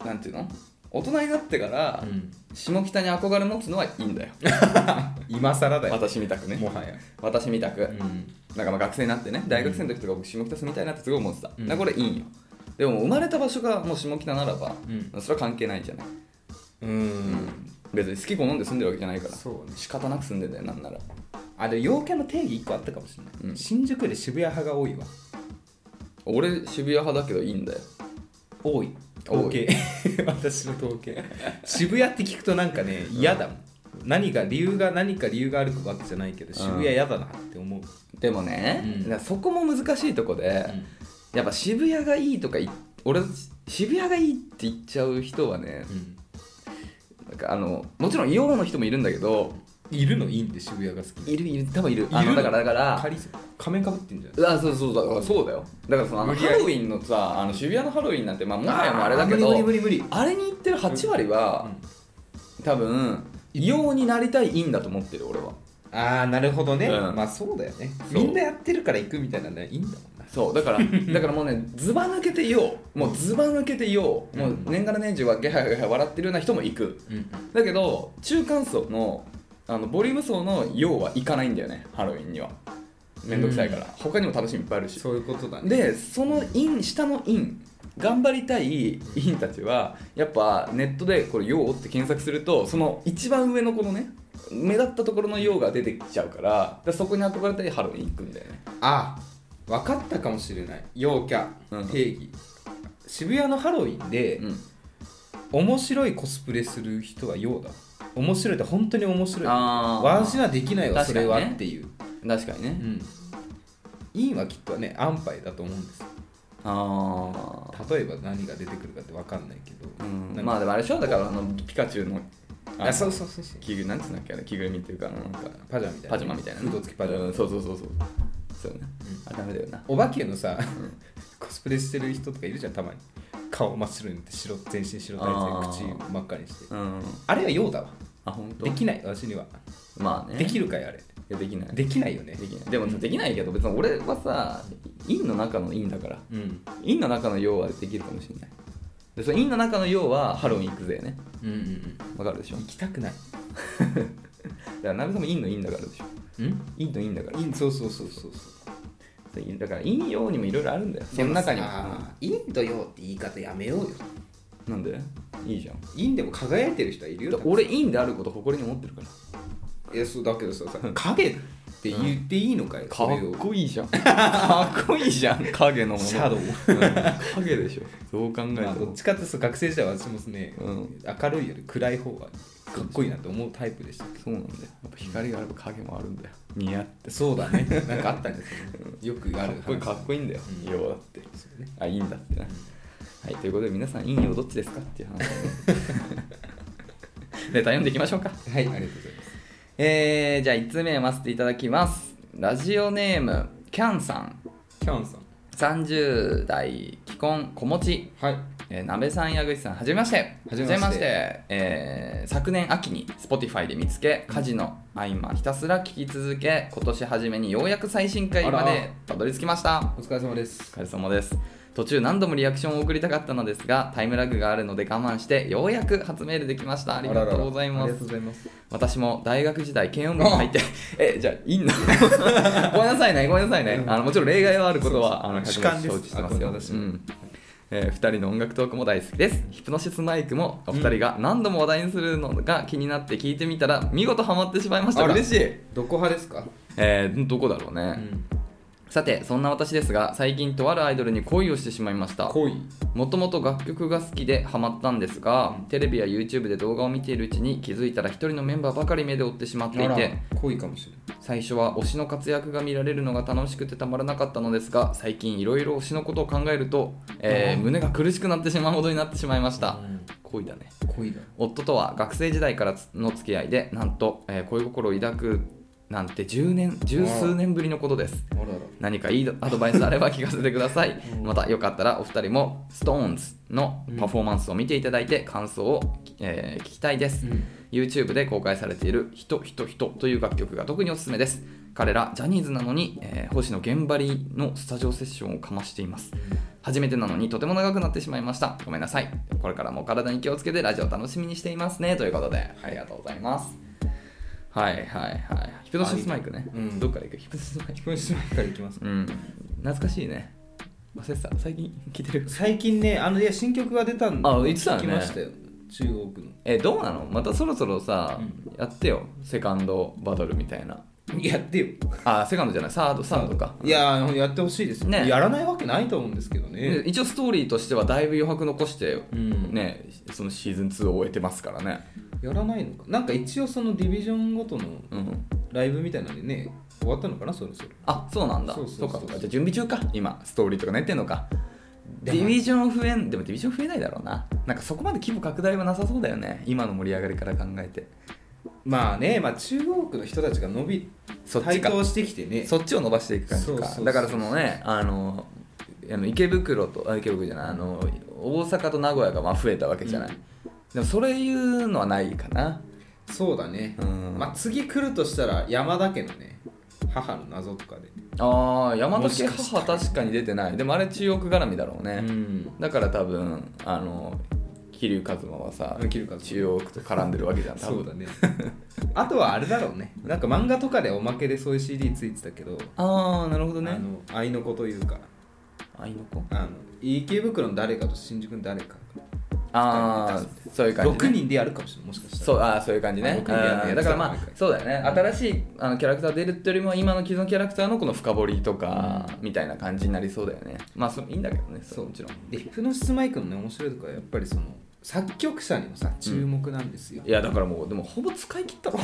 [SPEAKER 3] ー、なんていうの大人になってから、
[SPEAKER 1] ん
[SPEAKER 3] 下北に憧れ持つのはいいんだよ。
[SPEAKER 1] 今更だよ
[SPEAKER 3] (laughs) 私みたくね。
[SPEAKER 1] もはや
[SPEAKER 3] 私みたく。
[SPEAKER 1] ん
[SPEAKER 3] なんかまあ学生になってね大学生の時とか僕下北住みたいなってすごい思ってた、
[SPEAKER 1] うん
[SPEAKER 3] だからこれいいんよでももう生まれた場所がもう下北ならば、
[SPEAKER 1] う
[SPEAKER 3] それは関係ないじゃない、
[SPEAKER 1] うん
[SPEAKER 3] 別に好き好んで住んでるわけじゃないから
[SPEAKER 1] そうね
[SPEAKER 3] 仕方なく住んでんだよなんなら
[SPEAKER 1] あで陽キャの定義一個あったかもしれない、
[SPEAKER 3] うん
[SPEAKER 1] 新宿より渋谷派が多いわ
[SPEAKER 3] 俺渋谷派だけどいいんだよ
[SPEAKER 1] 多い統計 (laughs) 私の統計渋谷って聞くとなんかね嫌だもん何か理由が何か理由があるわけじゃないけど渋谷嫌だなって思う、
[SPEAKER 3] でもね、
[SPEAKER 1] うん
[SPEAKER 3] だからそこも難しいとこで、
[SPEAKER 1] うん
[SPEAKER 3] やっぱ渋谷がいいとかい俺渋谷がいいって言っちゃう人はね、なんかあのもちろんイオンの人もいるんだけど
[SPEAKER 1] いるのいいんで渋谷が好き
[SPEAKER 3] いるいる多分いるあ
[SPEAKER 1] いる
[SPEAKER 3] のだからだから
[SPEAKER 1] 仮仮面かぶってんじゃない
[SPEAKER 3] あそうそうだからそうだよだからそのあの
[SPEAKER 1] 無
[SPEAKER 3] ハ
[SPEAKER 1] 理やり
[SPEAKER 3] ロウィンのさあの渋谷のハロウィンなんてまあもはやもうあれだけど
[SPEAKER 1] 無理無理無理無理
[SPEAKER 3] あれに行ってる8割は、多分異様になりたいいいんだと思ってる俺は
[SPEAKER 1] ああなるほどね、
[SPEAKER 3] うん
[SPEAKER 1] まあそうだよね
[SPEAKER 3] そう
[SPEAKER 1] みんなやってるから行くみたいなのはいいんだもんな
[SPEAKER 3] そうだからだからもうねずば抜けていようもうずば抜けていよう、もう年がら年中はゲハゲハ笑ってるような人も行くだけど中間層のあのボリューム層の「よう」は行かないんだよねハロウィンにはめんどくさいから、他にも楽しみいっぱいあるし
[SPEAKER 1] そういうことだね
[SPEAKER 3] でそのイン下のイン頑張りたいインたちはやっぱネットでこれ「よう」って検索するとその一番上のこのね目立ったところの「よう」が出てきちゃうからだからそこに憧れてハロウィン行くんだよね
[SPEAKER 1] あ分かったかもしれない陽キャ、
[SPEAKER 3] うん
[SPEAKER 1] 定義渋谷のハロウィンで、
[SPEAKER 3] うん
[SPEAKER 1] 面白いコスプレする人は陽だ面白いって本当に面白い
[SPEAKER 3] あ
[SPEAKER 1] わしはできないわそ
[SPEAKER 3] 確か
[SPEAKER 1] れ
[SPEAKER 3] にね
[SPEAKER 1] はっていう、
[SPEAKER 3] 確かにね、
[SPEAKER 1] うん陰はきっとね安牌だと思うんですよ
[SPEAKER 3] あ
[SPEAKER 1] 例えば何が出てくるかって分かんないけど
[SPEAKER 3] あ、うん
[SPEAKER 1] なんか
[SPEAKER 3] まあでもあれでしょだからあのピカチュウのあの
[SPEAKER 1] あそうそうそうそう
[SPEAKER 3] 着ぐなんていうんだっけあれ着ぐるみっていうかあのなんか
[SPEAKER 1] パジャマみたいな
[SPEAKER 3] パジャマみたいなね
[SPEAKER 1] フード付きパジャマ
[SPEAKER 3] うんそうそうそうそうそうね、あダメだよな
[SPEAKER 1] お化けのさ、コスプレしてる人とかいるじゃんたまに顔真っ白になって白全身白
[SPEAKER 3] あ
[SPEAKER 1] タイツで
[SPEAKER 3] ー
[SPEAKER 1] 口真っ赤にして
[SPEAKER 3] うん
[SPEAKER 1] あれは陽だわ
[SPEAKER 3] あ本当
[SPEAKER 1] できない私には
[SPEAKER 3] まあね
[SPEAKER 1] でき
[SPEAKER 3] る
[SPEAKER 1] るかよあれ
[SPEAKER 3] いやできない
[SPEAKER 1] できないよね
[SPEAKER 3] できないでもできないけど別に俺はさ陰の中の陰だから
[SPEAKER 1] うん
[SPEAKER 3] 陰の中の陽はできるかもしれないでその陰の中の陽はハロウィン行くぜね
[SPEAKER 1] うんうんうん
[SPEAKER 3] わかるでしょ
[SPEAKER 1] 行きたくない
[SPEAKER 3] だからなべさんも陰の陰だからでしょ
[SPEAKER 1] うん
[SPEAKER 3] 陰の陰だから
[SPEAKER 1] 陰そうそうそうそうそう
[SPEAKER 3] だから陰陽にもいろいろあるんだよその中にも
[SPEAKER 1] インドよって言い方やめようよ
[SPEAKER 3] うんなんでいいじゃん
[SPEAKER 1] インでも輝いてる人はいるよ
[SPEAKER 3] 俺陰であることを誇りに思ってるから
[SPEAKER 1] いやそうだけ
[SPEAKER 3] (laughs)
[SPEAKER 1] どささ影って言っていいのかよ、
[SPEAKER 3] か
[SPEAKER 1] それを
[SPEAKER 3] っこいいじゃんかっこいいじゃん (laughs) 影のもの
[SPEAKER 1] シャドウ
[SPEAKER 3] うん影でしょそう考えた
[SPEAKER 1] ま
[SPEAKER 3] ら
[SPEAKER 1] あ、どっちかっていうと学生時代は私もね、
[SPEAKER 3] うん
[SPEAKER 1] 明るいより暗い方がかっこいいなと思うタイプでしたけ
[SPEAKER 3] そうなんだよやっぱ光があれば影もあるんだよ似合って
[SPEAKER 1] どそうだ
[SPEAKER 3] (laughs)
[SPEAKER 1] ねなんかあったんですよねよくある
[SPEAKER 3] これかっこいいんだよ
[SPEAKER 1] うん
[SPEAKER 3] 陰陽だって
[SPEAKER 1] そうね
[SPEAKER 3] あいいんだってなはいということで皆さん陰陽どっちですかっていう
[SPEAKER 1] (laughs)
[SPEAKER 3] 話でレター読んでいきましょうか
[SPEAKER 1] はいありがとうございます
[SPEAKER 3] えー、じゃあ1通目読ませていただきますラジオネームキャンさん
[SPEAKER 1] キャンさん
[SPEAKER 3] 30代既婚子持ち
[SPEAKER 1] はい
[SPEAKER 3] えー、鍋さん、矢口さん、はじめまして。
[SPEAKER 1] はじめまして
[SPEAKER 3] はえー昨年秋に Spotify で見つけ、家事の合間ひたすら聞き続け、今年初めにようやく最新回ま
[SPEAKER 1] あら
[SPEAKER 3] でたどり着きました。
[SPEAKER 1] お疲れ様です
[SPEAKER 3] お疲れ様です。途中何度もリアクションを送りたかったのですが、タイムラグがあるので我慢して、ようやく初メールできました。ありがとうござい
[SPEAKER 1] あらららあ
[SPEAKER 3] ます。
[SPEAKER 1] りがとうございます
[SPEAKER 3] 私も大学時代検温部に入って (laughs) えじゃあいいの (laughs) ごめんなさいねごめんなさいね、あのもちろん例外はあることはあの
[SPEAKER 1] 主
[SPEAKER 3] 確
[SPEAKER 1] 観
[SPEAKER 3] 認
[SPEAKER 1] です
[SPEAKER 3] 承知してますよ、
[SPEAKER 1] あくまで私
[SPEAKER 3] う
[SPEAKER 1] も
[SPEAKER 3] んえ2人の音楽トークも大好きですヒプノシスマイクもお二人が何度も話題にするのが気になって聞いてみたら見事ハマってしまいました
[SPEAKER 1] あら
[SPEAKER 3] 嬉しい、
[SPEAKER 1] どこ派ですか、
[SPEAKER 3] えーどこだろうね、
[SPEAKER 1] うん、
[SPEAKER 3] さてそんな私ですが最近とあるアイドルに恋をしてしまいました
[SPEAKER 1] 恋
[SPEAKER 3] もともと楽曲が好きでハマったんですが、テレビや YouTube で動画を見ているうちに気づいたら一人のメンバーばかり目で追ってしまってい
[SPEAKER 1] あ
[SPEAKER 3] て
[SPEAKER 1] ら恋かもしれない
[SPEAKER 3] 最初は推しの活躍が見られるのが楽しくてたまらなかったのですが最近いろいろ推しのことを考えると、えー
[SPEAKER 1] うん
[SPEAKER 3] 胸が苦しくなってしまうほどになってしまいました、
[SPEAKER 1] うん
[SPEAKER 3] 恋だね
[SPEAKER 1] 恋だ
[SPEAKER 3] 夫とは学生時代からの付き合いでなんと、えー恋心を抱くなんて10年十数年ぶりのことです
[SPEAKER 1] あらら
[SPEAKER 3] 何かいいアドバイスあれば聞かせてくださいまたよかったらお二人も SixTONES のパフォーマンスを見ていただいて感想を、えー聞きたいです、
[SPEAKER 1] うん
[SPEAKER 3] YouTube で公開されている「人人人」という楽曲が特におすすめです彼らジャニーズなのに、えー星野源張りのスタジオセッションをかましています初めてなのにとても長くなってしまいましたごめんなさいこれからもお体に気をつけてラジオ楽しみにしていますねということでありがとうございますはいはいはいヒプノシスマイクね、
[SPEAKER 1] うん
[SPEAKER 3] どっから行くヒプノシスマイク
[SPEAKER 1] この質問からいきます
[SPEAKER 3] うん、懐かしいね。忘れてた。最近聞いてる。
[SPEAKER 1] 最近ねあのいや新曲が出たんで
[SPEAKER 3] あ言ってたよね
[SPEAKER 1] 聞きましたよ中国の
[SPEAKER 3] え、どうなのまたそろそろさ、やってよ。セカンドバトルみたいな。
[SPEAKER 1] やってよ
[SPEAKER 3] あセカンドじゃないサードサードか
[SPEAKER 1] いやーやってほしいですよ
[SPEAKER 3] ね
[SPEAKER 1] やらないわけないと思うんですけど
[SPEAKER 3] で
[SPEAKER 1] ね
[SPEAKER 3] 一応ストーリーとしてはだいぶ余白残して、
[SPEAKER 1] うん
[SPEAKER 3] ねそのシーズン2を終えてますからね、
[SPEAKER 1] やらないのかなんか一応そのディビジョンごとの
[SPEAKER 3] うん、
[SPEAKER 1] ライブみたいなんでね終わったのかなそろそろ
[SPEAKER 3] あそうなんだ
[SPEAKER 1] そ
[SPEAKER 3] そうう
[SPEAKER 1] そうそう
[SPEAKER 3] かそうかじゃあ準備中か今ストーリーとか練ってんのか
[SPEAKER 1] で
[SPEAKER 3] デ
[SPEAKER 1] も
[SPEAKER 3] ィビジョン増えんでもディビジョン増えないだろうななんかそこまで規模拡大はなさそうだよね今の盛り上がりから考えて
[SPEAKER 1] まあねまあ中国の人たちが伸び
[SPEAKER 3] そっち
[SPEAKER 1] 台
[SPEAKER 3] か
[SPEAKER 1] 頭してきてね
[SPEAKER 3] そっちを伸ばしていく感じか
[SPEAKER 1] そうそうそう
[SPEAKER 3] だからそのねあのあの池袋とあ池袋じゃないあの大阪と名古屋がまあ増えたわけじゃない、
[SPEAKER 1] うん
[SPEAKER 3] でもそれいうのはないかな
[SPEAKER 1] そうだね、
[SPEAKER 3] うん
[SPEAKER 1] まあ次来るとしたら山田家のね母の謎とかで、
[SPEAKER 3] ああ山
[SPEAKER 1] もし
[SPEAKER 3] 手
[SPEAKER 1] かした
[SPEAKER 3] 母確かに出てないでもあれ中国絡みだろうね、
[SPEAKER 1] ん
[SPEAKER 3] だから多分あの桐生一馬はさ
[SPEAKER 1] うん桐生一馬
[SPEAKER 3] 中央区と絡んでるわけじゃん多
[SPEAKER 1] そうだ
[SPEAKER 3] 分
[SPEAKER 1] ね (laughs) あとはあれだろうねなんか漫画とかでおまけでそういう CD ついてたけど、
[SPEAKER 3] ああなるほど
[SPEAKER 1] あ
[SPEAKER 3] ね
[SPEAKER 1] の愛の子というか
[SPEAKER 3] あいの子
[SPEAKER 1] あの池袋の誰かと新宿の誰か
[SPEAKER 3] ああそういう感じ
[SPEAKER 1] 6
[SPEAKER 3] ね、
[SPEAKER 1] 人でやるかもしれないもしかしたら
[SPEAKER 3] そうあーそういう感じ
[SPEAKER 1] あ
[SPEAKER 3] ね
[SPEAKER 1] 僕
[SPEAKER 3] あ
[SPEAKER 1] にやるやつ
[SPEAKER 3] ーだからまあ
[SPEAKER 1] 毎回
[SPEAKER 3] そうだよね新しいあのキャラクター出るってよりも今の既存キャラクターのこの深掘りとかみたいな感じになりそうだよねまあそれいいんだけどねそ
[SPEAKER 1] そう
[SPEAKER 3] れもちろん
[SPEAKER 1] でヒプノシスマイクのね面白いとこはやっぱりその作曲者にもさ注目なんですよ、
[SPEAKER 3] いやだからもうでもほぼ使い切ったろ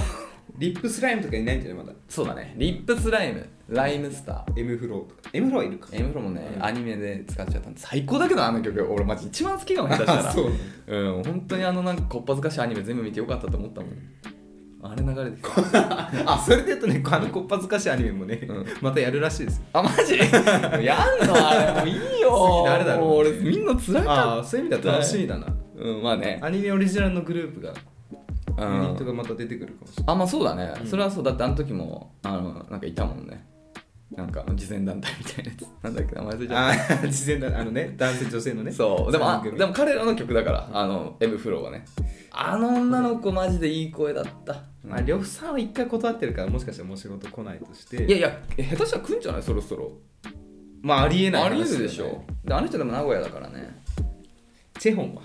[SPEAKER 1] リップスライムとかいないんじゃないまだ
[SPEAKER 3] そうだねリップスライムライムスター
[SPEAKER 1] M フローとか M フローはいるか
[SPEAKER 3] エムフロもね、
[SPEAKER 1] うん
[SPEAKER 3] アニメで使っちゃったんで最高だけどあの曲俺マジ一番好きかも下手した
[SPEAKER 1] あ
[SPEAKER 3] ら
[SPEAKER 1] そうなんだ
[SPEAKER 3] うん本当にあのなんかこっぱずかしいアニメ全部見てよかったと思ったもん、あれ流れてきた
[SPEAKER 1] あそれで言うとねあのこっぱずかしいアニメもね、
[SPEAKER 3] うん
[SPEAKER 1] またやるらしいです
[SPEAKER 3] あマ
[SPEAKER 1] (laughs)
[SPEAKER 3] ジやんのあれもういい
[SPEAKER 1] 次
[SPEAKER 3] よ
[SPEAKER 1] 誰だろう
[SPEAKER 3] もう俺みんな辛
[SPEAKER 1] あ
[SPEAKER 3] か
[SPEAKER 1] あ
[SPEAKER 3] っ
[SPEAKER 1] そういう意味では楽しみだな、
[SPEAKER 3] たうんまあね
[SPEAKER 1] アニメオリジナルのグループが
[SPEAKER 3] う
[SPEAKER 1] ユニット
[SPEAKER 3] ん
[SPEAKER 1] がまた出てくるかもしれない、
[SPEAKER 3] あまあそうだね、
[SPEAKER 1] うん
[SPEAKER 3] それはそうだってあの時もあのなんかいたもんねなんか慈善団体みたいなやつ (laughs) なんだっけ名前忘れちゃっ
[SPEAKER 1] ああ事前だあのね男性女性のね
[SPEAKER 3] たそうでもあ
[SPEAKER 1] 三人組
[SPEAKER 3] でも彼らの曲だからあの M フローはねあの女の子マジでいい声だった、
[SPEAKER 1] まあ呂布さんは一回断ってるからもしかしたらもう仕事来ないとして
[SPEAKER 3] いやいやえ下手したら来んじゃないそろそろ
[SPEAKER 1] まあありえない
[SPEAKER 3] あ
[SPEAKER 1] 話だよ
[SPEAKER 3] り
[SPEAKER 1] ね
[SPEAKER 3] 得るでしょであの人でも名古屋だからね
[SPEAKER 1] チェホンは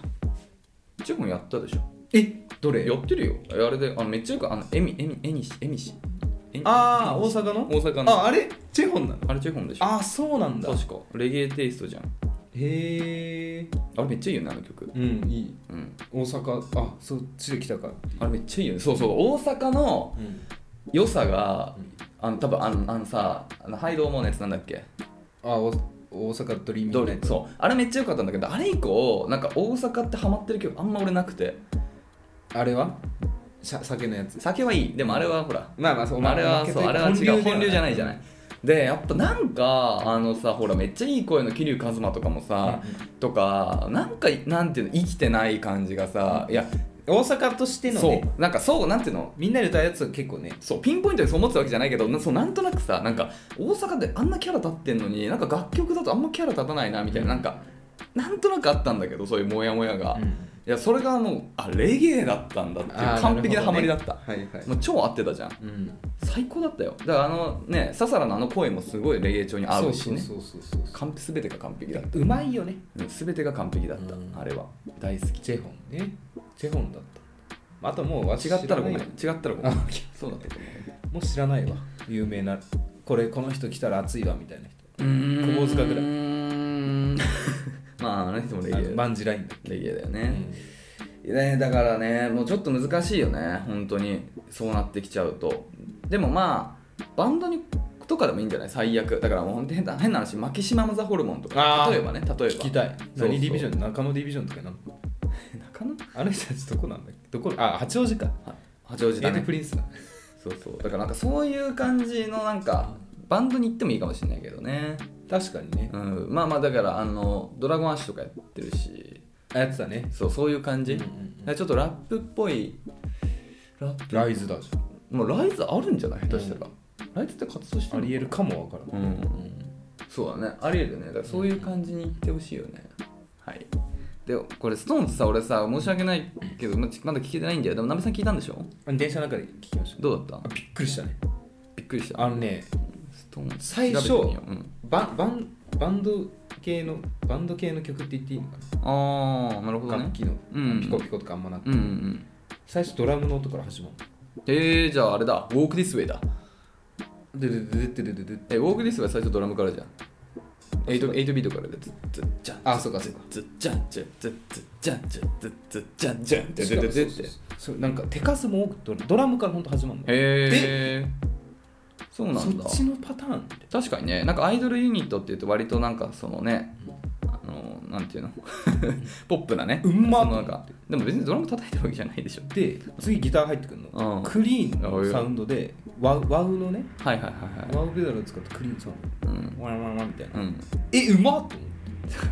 [SPEAKER 3] チェコンやったでしょ
[SPEAKER 1] えどれ
[SPEAKER 3] やってるよえあれであのめっちゃよくあのエミエミエニシエミシエ
[SPEAKER 1] ああ
[SPEAKER 3] エミ
[SPEAKER 1] 大
[SPEAKER 3] シ
[SPEAKER 1] 阪の
[SPEAKER 3] 大阪の
[SPEAKER 1] ああれチェホンなの
[SPEAKER 3] あれチェコンでしょ
[SPEAKER 1] ああそうなんだへ
[SPEAKER 3] 確かレゲエテイストじゃん
[SPEAKER 1] え
[SPEAKER 3] あれめっちゃいいよねあの曲
[SPEAKER 1] うんいい
[SPEAKER 3] うん
[SPEAKER 1] 大阪あそっちで来たか
[SPEAKER 3] あれめっちゃいいよねそうそう大阪の
[SPEAKER 1] うん
[SPEAKER 3] 良さがあの多分あのあのさあのハイドーモーのやつなんだっけ
[SPEAKER 1] あお大阪ドリーム
[SPEAKER 3] どれそうあれめっちゃ良かったんだけどあれ以降なんか大阪ってハマってる曲あんま俺なくて
[SPEAKER 1] あれはしゃ酒のやつ
[SPEAKER 3] 酒はいいでもあれはほら
[SPEAKER 1] まあまあそう
[SPEAKER 3] あれはそうあれは違う本流じゃないじゃないいでやっぱなんかあのさほらめっちゃいい声の桐生一馬とかもさ、とかなんかなんていうの生きてない感じがさいや
[SPEAKER 1] 大阪としての
[SPEAKER 3] そ
[SPEAKER 1] ね
[SPEAKER 3] うなんかそうなんていうの
[SPEAKER 1] みんなで歌うやつは結構ね
[SPEAKER 3] そうピンポイントでそう思ってたわけじゃないけどなそうなんとなくさなんか大阪であんなキャラ立ってんのになんか楽曲だとあんまキャラ立たないなみたいななんかなんとなくあったんだけどそういうモヤモヤが、いやそれがもうあレゲエだったんだっていう
[SPEAKER 1] あー
[SPEAKER 3] 完璧なハマりだ
[SPEAKER 1] な
[SPEAKER 3] っ
[SPEAKER 1] るほ
[SPEAKER 3] た、
[SPEAKER 1] どねはいはい
[SPEAKER 3] もう超合ってたじゃん
[SPEAKER 1] うん
[SPEAKER 3] 最高だったよだからあのねササラのあの声もすごいレゲエ調に合うしね
[SPEAKER 1] そうそうそうそう
[SPEAKER 3] 完璧全てが完璧だった
[SPEAKER 1] うまいよね
[SPEAKER 3] うん全てが完璧だった、
[SPEAKER 1] うん
[SPEAKER 3] あれは大好き
[SPEAKER 1] チェホンねチェホンだったあともうわし
[SPEAKER 3] 違ったらごめん違
[SPEAKER 1] 知ない
[SPEAKER 3] ったらごめんそうだったと思
[SPEAKER 1] もう知らないわ有名なこれこの人来たら熱いわみたいな
[SPEAKER 3] ううん
[SPEAKER 1] 久保塚ぐらい
[SPEAKER 3] まああの人もレゲエ
[SPEAKER 1] 人
[SPEAKER 3] だ
[SPEAKER 1] バンジラインだっ
[SPEAKER 3] レゲエだよ
[SPEAKER 1] け、
[SPEAKER 3] ね,、ねだからねもうちょっと難しいよね本当にそうなってきちゃうとでもまあバンドにとかでもいいんじゃない最悪だからもう本当に変な変な話マキシマム・ザ・ホルモンと
[SPEAKER 1] あ
[SPEAKER 3] か
[SPEAKER 1] ー
[SPEAKER 3] 例えばね例えば
[SPEAKER 1] 聞きたい
[SPEAKER 3] そうそう
[SPEAKER 1] 何ディビジョン中野ディビジョンとかなの
[SPEAKER 3] 中野
[SPEAKER 1] あの人たちどこなんだっけどこあ八王子か
[SPEAKER 3] は八王子
[SPEAKER 1] エ
[SPEAKER 3] だ
[SPEAKER 1] イト
[SPEAKER 3] ね
[SPEAKER 1] プリンスだ
[SPEAKER 3] そうそうだからなんかそういう感じのなんかバンドに行ってもいいかもしれないけどね、
[SPEAKER 1] 確かにね
[SPEAKER 3] うん、まあまあだからあのドラゴンアッシュとかやってるし
[SPEAKER 1] あやってたね
[SPEAKER 3] そうそういう感じ、
[SPEAKER 1] うんうんうん
[SPEAKER 3] だからちょっとラップっぽいラップ
[SPEAKER 1] ライズだじ
[SPEAKER 3] もうライズあるんじゃない下手したら、ライズって活動し
[SPEAKER 1] ゃ
[SPEAKER 3] て
[SPEAKER 1] んあ
[SPEAKER 3] る
[SPEAKER 1] りえるかもわからん、
[SPEAKER 3] うん、そうだねありえるよねだからそういう感じに行ってほしいよね、はいでこれストーンズさ俺さ申し訳ないけどまだまだ聞けてないんだよでもなべさん聞いたんでしょ
[SPEAKER 1] うん、電車の中で聞きました
[SPEAKER 3] どうだっ
[SPEAKER 1] あ
[SPEAKER 3] た
[SPEAKER 1] びっくりしたね
[SPEAKER 3] びっくりした
[SPEAKER 1] あのね
[SPEAKER 3] ストーンズ
[SPEAKER 1] 最初
[SPEAKER 3] 調べてみよううん
[SPEAKER 1] バンバンバンド系のバンド系の曲って言っていいのか
[SPEAKER 3] ああなるほ
[SPEAKER 1] な、
[SPEAKER 3] どね
[SPEAKER 1] 楽器の
[SPEAKER 3] うん
[SPEAKER 1] ピコピコとかあんまなくて、
[SPEAKER 3] うんうんうん
[SPEAKER 1] 最初ドラムの音から始まる
[SPEAKER 3] えー、じゃああれだウォークディスウェイだ
[SPEAKER 1] ででででででで
[SPEAKER 3] えウォークディスは最初ドラムからじゃん8 8ビートからでずっずっじゃん
[SPEAKER 1] あそうかそうか
[SPEAKER 3] ずっじゃんじゃんずっずっじゃんじゃんずっずっじゃんじゃんって
[SPEAKER 1] し
[SPEAKER 3] 出
[SPEAKER 1] か
[SPEAKER 3] て
[SPEAKER 1] もそう
[SPEAKER 3] 出
[SPEAKER 1] そう
[SPEAKER 3] て
[SPEAKER 1] そうなんか手数も多くドラドラムから本当始まるの
[SPEAKER 3] へえそうな
[SPEAKER 1] そ
[SPEAKER 3] んだ
[SPEAKER 1] っちのパターンで
[SPEAKER 3] 確かにねなんかアイドルユニットっていうと割となんかそのねあのなんていうのポップなね
[SPEAKER 1] うんまっ
[SPEAKER 3] そのなんかでも別にドラム叩いてるわけじゃないでしょ
[SPEAKER 1] で次ギター入ってくるの、
[SPEAKER 3] うん
[SPEAKER 1] クリーンのサウンドでワウワウのね
[SPEAKER 3] はいはいはいは
[SPEAKER 1] ワウペダルを使ってクリーンのサウン
[SPEAKER 3] いうん
[SPEAKER 1] ドワンワンワンみたいな、
[SPEAKER 3] うん
[SPEAKER 1] えうまっと思って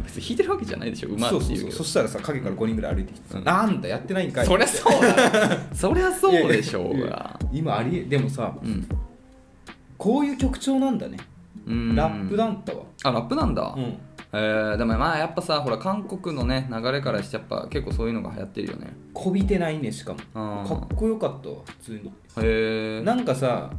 [SPEAKER 3] 別に弾いてるわけじゃないでしょ馬って
[SPEAKER 1] そうそう
[SPEAKER 3] いう
[SPEAKER 1] そ
[SPEAKER 3] け
[SPEAKER 1] う
[SPEAKER 3] ど
[SPEAKER 1] そしたらさ影から5人ぐらい歩いてきてさ、
[SPEAKER 3] うん
[SPEAKER 1] なんだやってないんかい
[SPEAKER 3] そりゃそうだそりゃそうでしょ
[SPEAKER 1] いうやい
[SPEAKER 3] が
[SPEAKER 1] や今ありえでもさ
[SPEAKER 3] うん
[SPEAKER 1] こういう曲調なんだね
[SPEAKER 3] うん
[SPEAKER 1] ラップだったわ
[SPEAKER 3] あラップなんだ、
[SPEAKER 1] うん、
[SPEAKER 3] えーでもまあやっぱさほら韓国のね流れからしてやっぱ結構そういうのが流行ってるよね
[SPEAKER 1] こびてないねしかも
[SPEAKER 3] あー
[SPEAKER 1] かっこよかったわ普通に
[SPEAKER 3] へえ
[SPEAKER 1] なんかさ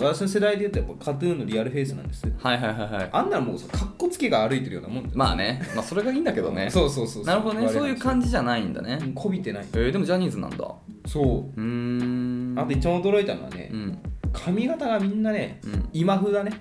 [SPEAKER 1] 私の世代で言うとやっぱカトゥーンのリアルフェイスなんです
[SPEAKER 3] はいはいはいはい
[SPEAKER 1] あんなのもうさかっこつけが歩いてるようなもんだよ
[SPEAKER 3] まあねまあそれがいいんだけどね
[SPEAKER 1] (laughs) そうそうそう
[SPEAKER 3] なるほどねそういう感じじゃないんだね、
[SPEAKER 1] こびてない
[SPEAKER 3] えーでもジャニーズなんだう
[SPEAKER 1] そう
[SPEAKER 3] ーん
[SPEAKER 1] あと一番驚いたのはね、
[SPEAKER 3] うん
[SPEAKER 1] 髪型がみんなね、
[SPEAKER 3] うん
[SPEAKER 1] 今風だね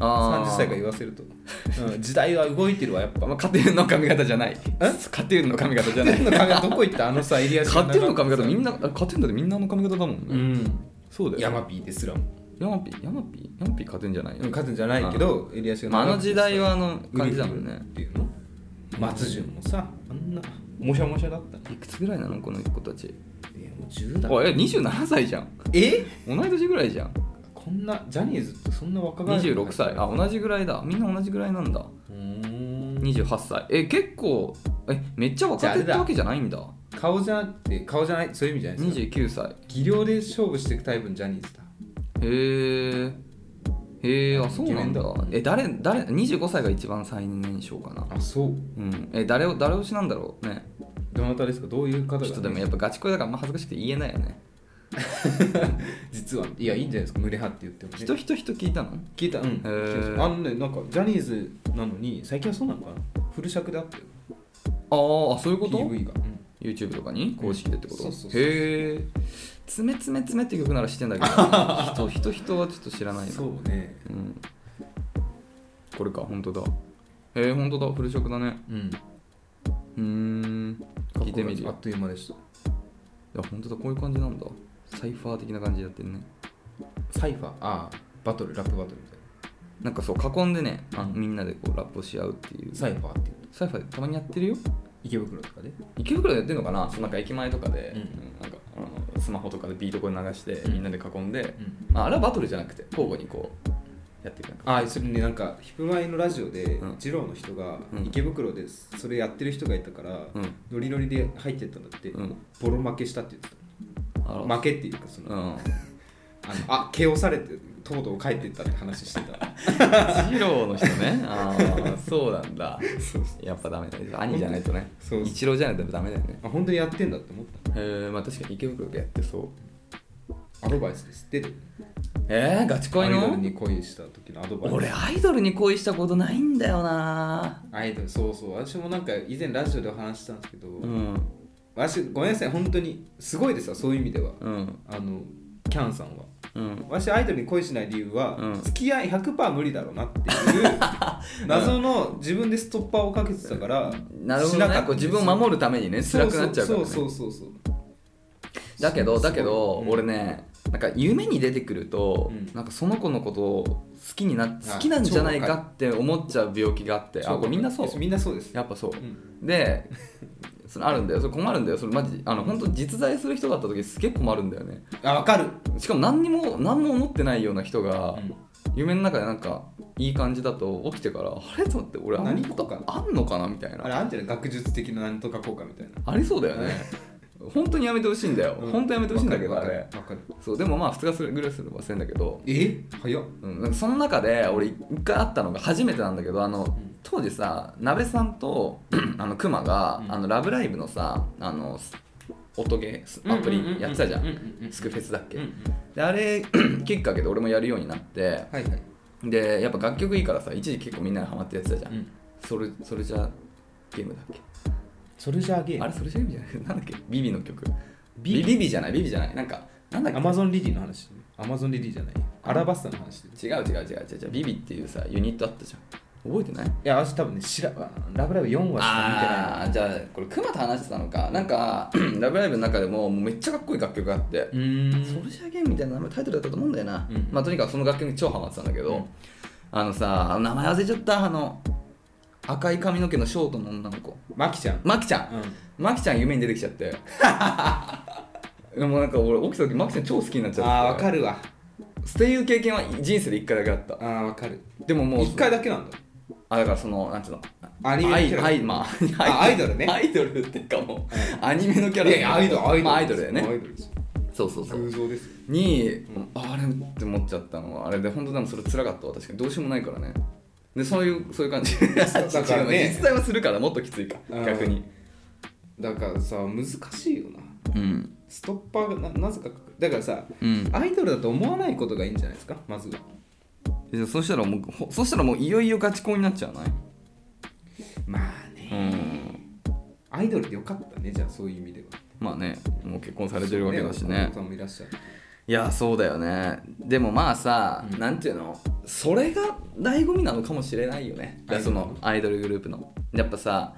[SPEAKER 3] あー
[SPEAKER 1] 30歳から言わせると、うん、時代は動いてるわやっぱ
[SPEAKER 3] まあ、家庭の髪型じゃない家庭の髪型じゃない
[SPEAKER 1] カトゥーンの髪型どこ行ったあのさエリア
[SPEAKER 3] 家庭の髪型みんなあ家庭だってみんなあの髪型だもんね、
[SPEAKER 1] うん
[SPEAKER 3] そうだよ
[SPEAKER 1] ヤマピーですらも
[SPEAKER 3] ヤマピーヤマピーヤマピー家庭じゃないよ、
[SPEAKER 1] うんカトゥーンじゃないけどエリアシ
[SPEAKER 3] まあ、あの時代はあの感じだもん
[SPEAKER 1] っ
[SPEAKER 3] ね
[SPEAKER 1] ていうの松潤もさあんなもしゃもしゃだったね
[SPEAKER 3] いくつぐらいなのこの子たち
[SPEAKER 1] いやもう10代
[SPEAKER 3] おいえ27歳じゃん
[SPEAKER 1] え
[SPEAKER 3] 同い年ぐらいじゃん
[SPEAKER 1] こんなジャニーズってそんな若返るの
[SPEAKER 3] 26歳あ同じぐらいだみんな同じぐらいなんだ
[SPEAKER 1] うーん
[SPEAKER 3] 28歳え結構えめっちゃ若手ってわけじゃないんだ
[SPEAKER 1] 顔じゃなくて顔じゃないそういう意味じゃないですか
[SPEAKER 3] 29歳
[SPEAKER 1] 技量で勝負していくタイプのジャニーズだ
[SPEAKER 3] へえへえあそうなんだ
[SPEAKER 1] イケメンだ
[SPEAKER 3] え誰誰25歳が一番最年少かな
[SPEAKER 1] あそう
[SPEAKER 3] うんえ誰を誰推しなんだろうね
[SPEAKER 1] どなたですかどういう方が、
[SPEAKER 3] ちょっとでもやっぱガチ恋だからあんま恥ずかしくて言えないよね
[SPEAKER 1] 実はいやいいんじゃないですか胸張って言っても、ね、
[SPEAKER 3] 人人人聞いたの
[SPEAKER 1] 聞いたうん、
[SPEAKER 3] へー
[SPEAKER 1] あのねなんかジャニーズなのに最近はそうなのかなフル尺であったよ
[SPEAKER 3] あーあそういうこと
[SPEAKER 1] PV が、
[SPEAKER 3] YouTube とかに公式でってこと、
[SPEAKER 1] そうそうそう
[SPEAKER 3] へえ「つめつめつめ」って曲なら知ってんだけど人人人はちょっと知らないな
[SPEAKER 1] そうね
[SPEAKER 3] うん、これか本当だへえ本当だフル色だね
[SPEAKER 1] うん
[SPEAKER 3] うーん聞いてみる
[SPEAKER 1] あ
[SPEAKER 3] よ
[SPEAKER 1] っという間でした
[SPEAKER 3] いや本当だこういう感じなんだサイファー的な感じでやってんね
[SPEAKER 1] サイファーああバトルラップバトルみたい
[SPEAKER 3] なんかそう囲んでねあみんなでこうラップをし合うっていう
[SPEAKER 1] なサイファーっていう
[SPEAKER 3] サイファーたまにやってるよ
[SPEAKER 1] 池袋とかで
[SPEAKER 3] 池袋でやってんのかなそうなんか駅前とかで、
[SPEAKER 1] うん
[SPEAKER 3] うんなんかあのスマホとかでビートこう流して、
[SPEAKER 1] ん
[SPEAKER 3] みんなで囲んで、
[SPEAKER 1] ん
[SPEAKER 3] まあ、あれはバトルじゃなくて交互にこうやっていくなんか
[SPEAKER 1] ああそれねなんかヒップマイのラジオで
[SPEAKER 3] うん
[SPEAKER 1] 二郎の人が
[SPEAKER 3] うん
[SPEAKER 1] 池袋でそれやってる人がいたから
[SPEAKER 3] うん
[SPEAKER 1] ノリノリで入ってったんだって
[SPEAKER 3] うん
[SPEAKER 1] ボロ負けしたって言って
[SPEAKER 3] あ
[SPEAKER 1] た
[SPEAKER 3] ら
[SPEAKER 1] 負けっていうかその
[SPEAKER 3] うん
[SPEAKER 1] あのあ蹴押されてとうとう帰ってったって話してた (laughs)
[SPEAKER 3] ジローの人ね。ああ、 (laughs) そうなんだ。やっぱダメだね。兄じゃないとね。
[SPEAKER 1] そう
[SPEAKER 3] 一郎じゃないとダメだよね。
[SPEAKER 1] あ本当にやってんだって思っ
[SPEAKER 3] えー、まあ確かに池袋でやってそう。
[SPEAKER 1] たアドバイスですって
[SPEAKER 3] えー、ガチ
[SPEAKER 1] ア
[SPEAKER 3] 恋
[SPEAKER 1] イドル
[SPEAKER 3] の
[SPEAKER 1] に恋した時のアドバイス
[SPEAKER 3] 俺、アイドルに恋したことないんだよな。
[SPEAKER 1] アイドルそうそう私もなんか以前ラジオでお話ししたんですけど、
[SPEAKER 3] うん。
[SPEAKER 1] 私ごめんなさい本当にすごいですよそういう意味では
[SPEAKER 3] うん。
[SPEAKER 1] あのキャンさんは
[SPEAKER 3] うん。
[SPEAKER 1] 私アイドルに恋しない理由は、
[SPEAKER 3] うん
[SPEAKER 1] 付き合い100%無理だろうなって
[SPEAKER 3] (laughs)
[SPEAKER 1] いう謎の自分でストッパーをかけてたから、
[SPEAKER 3] なるほ
[SPEAKER 1] し
[SPEAKER 3] ど
[SPEAKER 1] か
[SPEAKER 3] ね。
[SPEAKER 1] った
[SPEAKER 3] こう自分を守るためにね、辛くなっちゃうから、ね。
[SPEAKER 1] そうそうそうそう
[SPEAKER 3] だけど、だけど、
[SPEAKER 1] うん
[SPEAKER 3] 俺ね、なんか夢に出てくると、
[SPEAKER 1] うん
[SPEAKER 3] なんかその子のことを好きにな
[SPEAKER 1] あ
[SPEAKER 3] 好きなんじゃないかって思っちゃう病気があって、あ、これみんなそう。
[SPEAKER 1] みんなそうです
[SPEAKER 3] やっぱそう。
[SPEAKER 1] うん
[SPEAKER 3] でそれあるんだよそれ困るんだよそれマジあの本当実在する人だった時すげえ困るんだよね
[SPEAKER 1] あわかる、
[SPEAKER 3] しかも何にも何も思ってないような人が、
[SPEAKER 1] うん
[SPEAKER 3] 夢の中でなんかいい感じだと起きてからあれと思って俺あんな
[SPEAKER 1] 何
[SPEAKER 3] こと
[SPEAKER 1] とか
[SPEAKER 3] あんのかなみたい
[SPEAKER 1] あれ
[SPEAKER 3] なあ
[SPEAKER 1] あんじゃない学術的ななんとか効果みたいな
[SPEAKER 3] りそうだよね本当にやめてほしいんだよ、
[SPEAKER 1] うん
[SPEAKER 3] 本当やめてほしいんだけど
[SPEAKER 1] わ
[SPEAKER 3] あ
[SPEAKER 1] かる
[SPEAKER 3] れ
[SPEAKER 1] わかる
[SPEAKER 3] そうでもまあ2日するぐらいするの忘れんだけど
[SPEAKER 1] え早っ
[SPEAKER 3] うん、なんかその中で俺一回あったのが初めてなんだけどあの、
[SPEAKER 1] ん
[SPEAKER 3] 当時さ鍋さんと (clears throat) あのクマが、
[SPEAKER 1] うん
[SPEAKER 3] あの「ラブライブ!」のさあのす音ゲーすアプリやってたじゃん,、
[SPEAKER 1] ううううん
[SPEAKER 3] スクフェスだっけ、
[SPEAKER 1] うんうん
[SPEAKER 3] であれ (clears throat) きっかけで俺もやるようになって
[SPEAKER 1] はいはい
[SPEAKER 3] でやっぱ楽曲いいからさ一時結構みんなにハマってやってたじゃん、
[SPEAKER 1] うん
[SPEAKER 3] それそれじゃゲームだっけ
[SPEAKER 1] それじゃあゲー
[SPEAKER 3] あ
[SPEAKER 1] ム
[SPEAKER 3] れそれじゃゲームじゃないなんだっけビビの曲ビビビビじゃないビビじゃないなんかなんだっけ
[SPEAKER 1] アマゾンリリーの話アマゾンリリーじゃないアラバスタの話い
[SPEAKER 3] 違う違う違う違う違うビビっていうさユニットあったじゃん覚えてない
[SPEAKER 1] や私多分ね知ら「ラブライブ!」4話しか見てない
[SPEAKER 3] ああーじゃあこれ熊と話してたのかなんか (clears throat) 「ラブライブ!」の中でもめっちゃかっこいい楽曲があって
[SPEAKER 1] うーん
[SPEAKER 3] ソルジャーゲームみたいな名前タイトルだったと思うんだよな、
[SPEAKER 1] うん
[SPEAKER 3] まあとにかくその楽曲に超ハマってたんだけど、
[SPEAKER 1] うん
[SPEAKER 3] あのさあの名前忘れちゃったあの赤い髪の毛のショートの女の子
[SPEAKER 1] マキちゃん、
[SPEAKER 3] マキちゃん、
[SPEAKER 1] う
[SPEAKER 3] マキちゃん夢に出てきちゃって (laughs) でもなんか俺起きた時マキちゃん超好きになっちゃっ
[SPEAKER 1] ん、
[SPEAKER 3] て
[SPEAKER 1] ああわかるわ
[SPEAKER 3] っていう経験は人生で一回だけあった
[SPEAKER 1] ああわかる
[SPEAKER 3] でももう
[SPEAKER 1] 一回だけなんだ
[SPEAKER 3] あだからそのなんつうの
[SPEAKER 1] アニメのキャラ
[SPEAKER 3] アイアイまあ
[SPEAKER 1] あアイドルね
[SPEAKER 3] アイドルっていうかもうアニメのキャラ
[SPEAKER 1] いやいやアイドル
[SPEAKER 3] まあアイドルだよ
[SPEAKER 1] アイ
[SPEAKER 3] ね
[SPEAKER 1] ドルです
[SPEAKER 3] そうそうそう
[SPEAKER 1] 偶像ですよ
[SPEAKER 3] に、あれって思っちゃったのはあれで本当でもそれ辛かったわ確かにどうしようもないからねでそういうそういう感じ
[SPEAKER 1] (laughs) だからね
[SPEAKER 3] (laughs) 違う実際はするからもっときついか
[SPEAKER 1] うん
[SPEAKER 3] 逆に
[SPEAKER 1] だからさ難しいよな
[SPEAKER 3] うん
[SPEAKER 1] ストッパーがななぜかだからさ
[SPEAKER 3] うん
[SPEAKER 1] アイドルだと思わないことがいいんじゃないですかまずは
[SPEAKER 3] でそしたらもうほそしたらもういよいよガチ恋になっちゃわない
[SPEAKER 1] まあね
[SPEAKER 3] うん
[SPEAKER 1] アイドルでよかったねじゃあそういう意味では
[SPEAKER 3] まあねもう結婚されてるわけだしね
[SPEAKER 1] お子さんもいらっしゃる
[SPEAKER 3] いやそうだよねでもまあさ、
[SPEAKER 1] うん
[SPEAKER 3] なんていうのそれが醍醐味なのかもしれないよねだからそのアイドルグループのやっぱさ、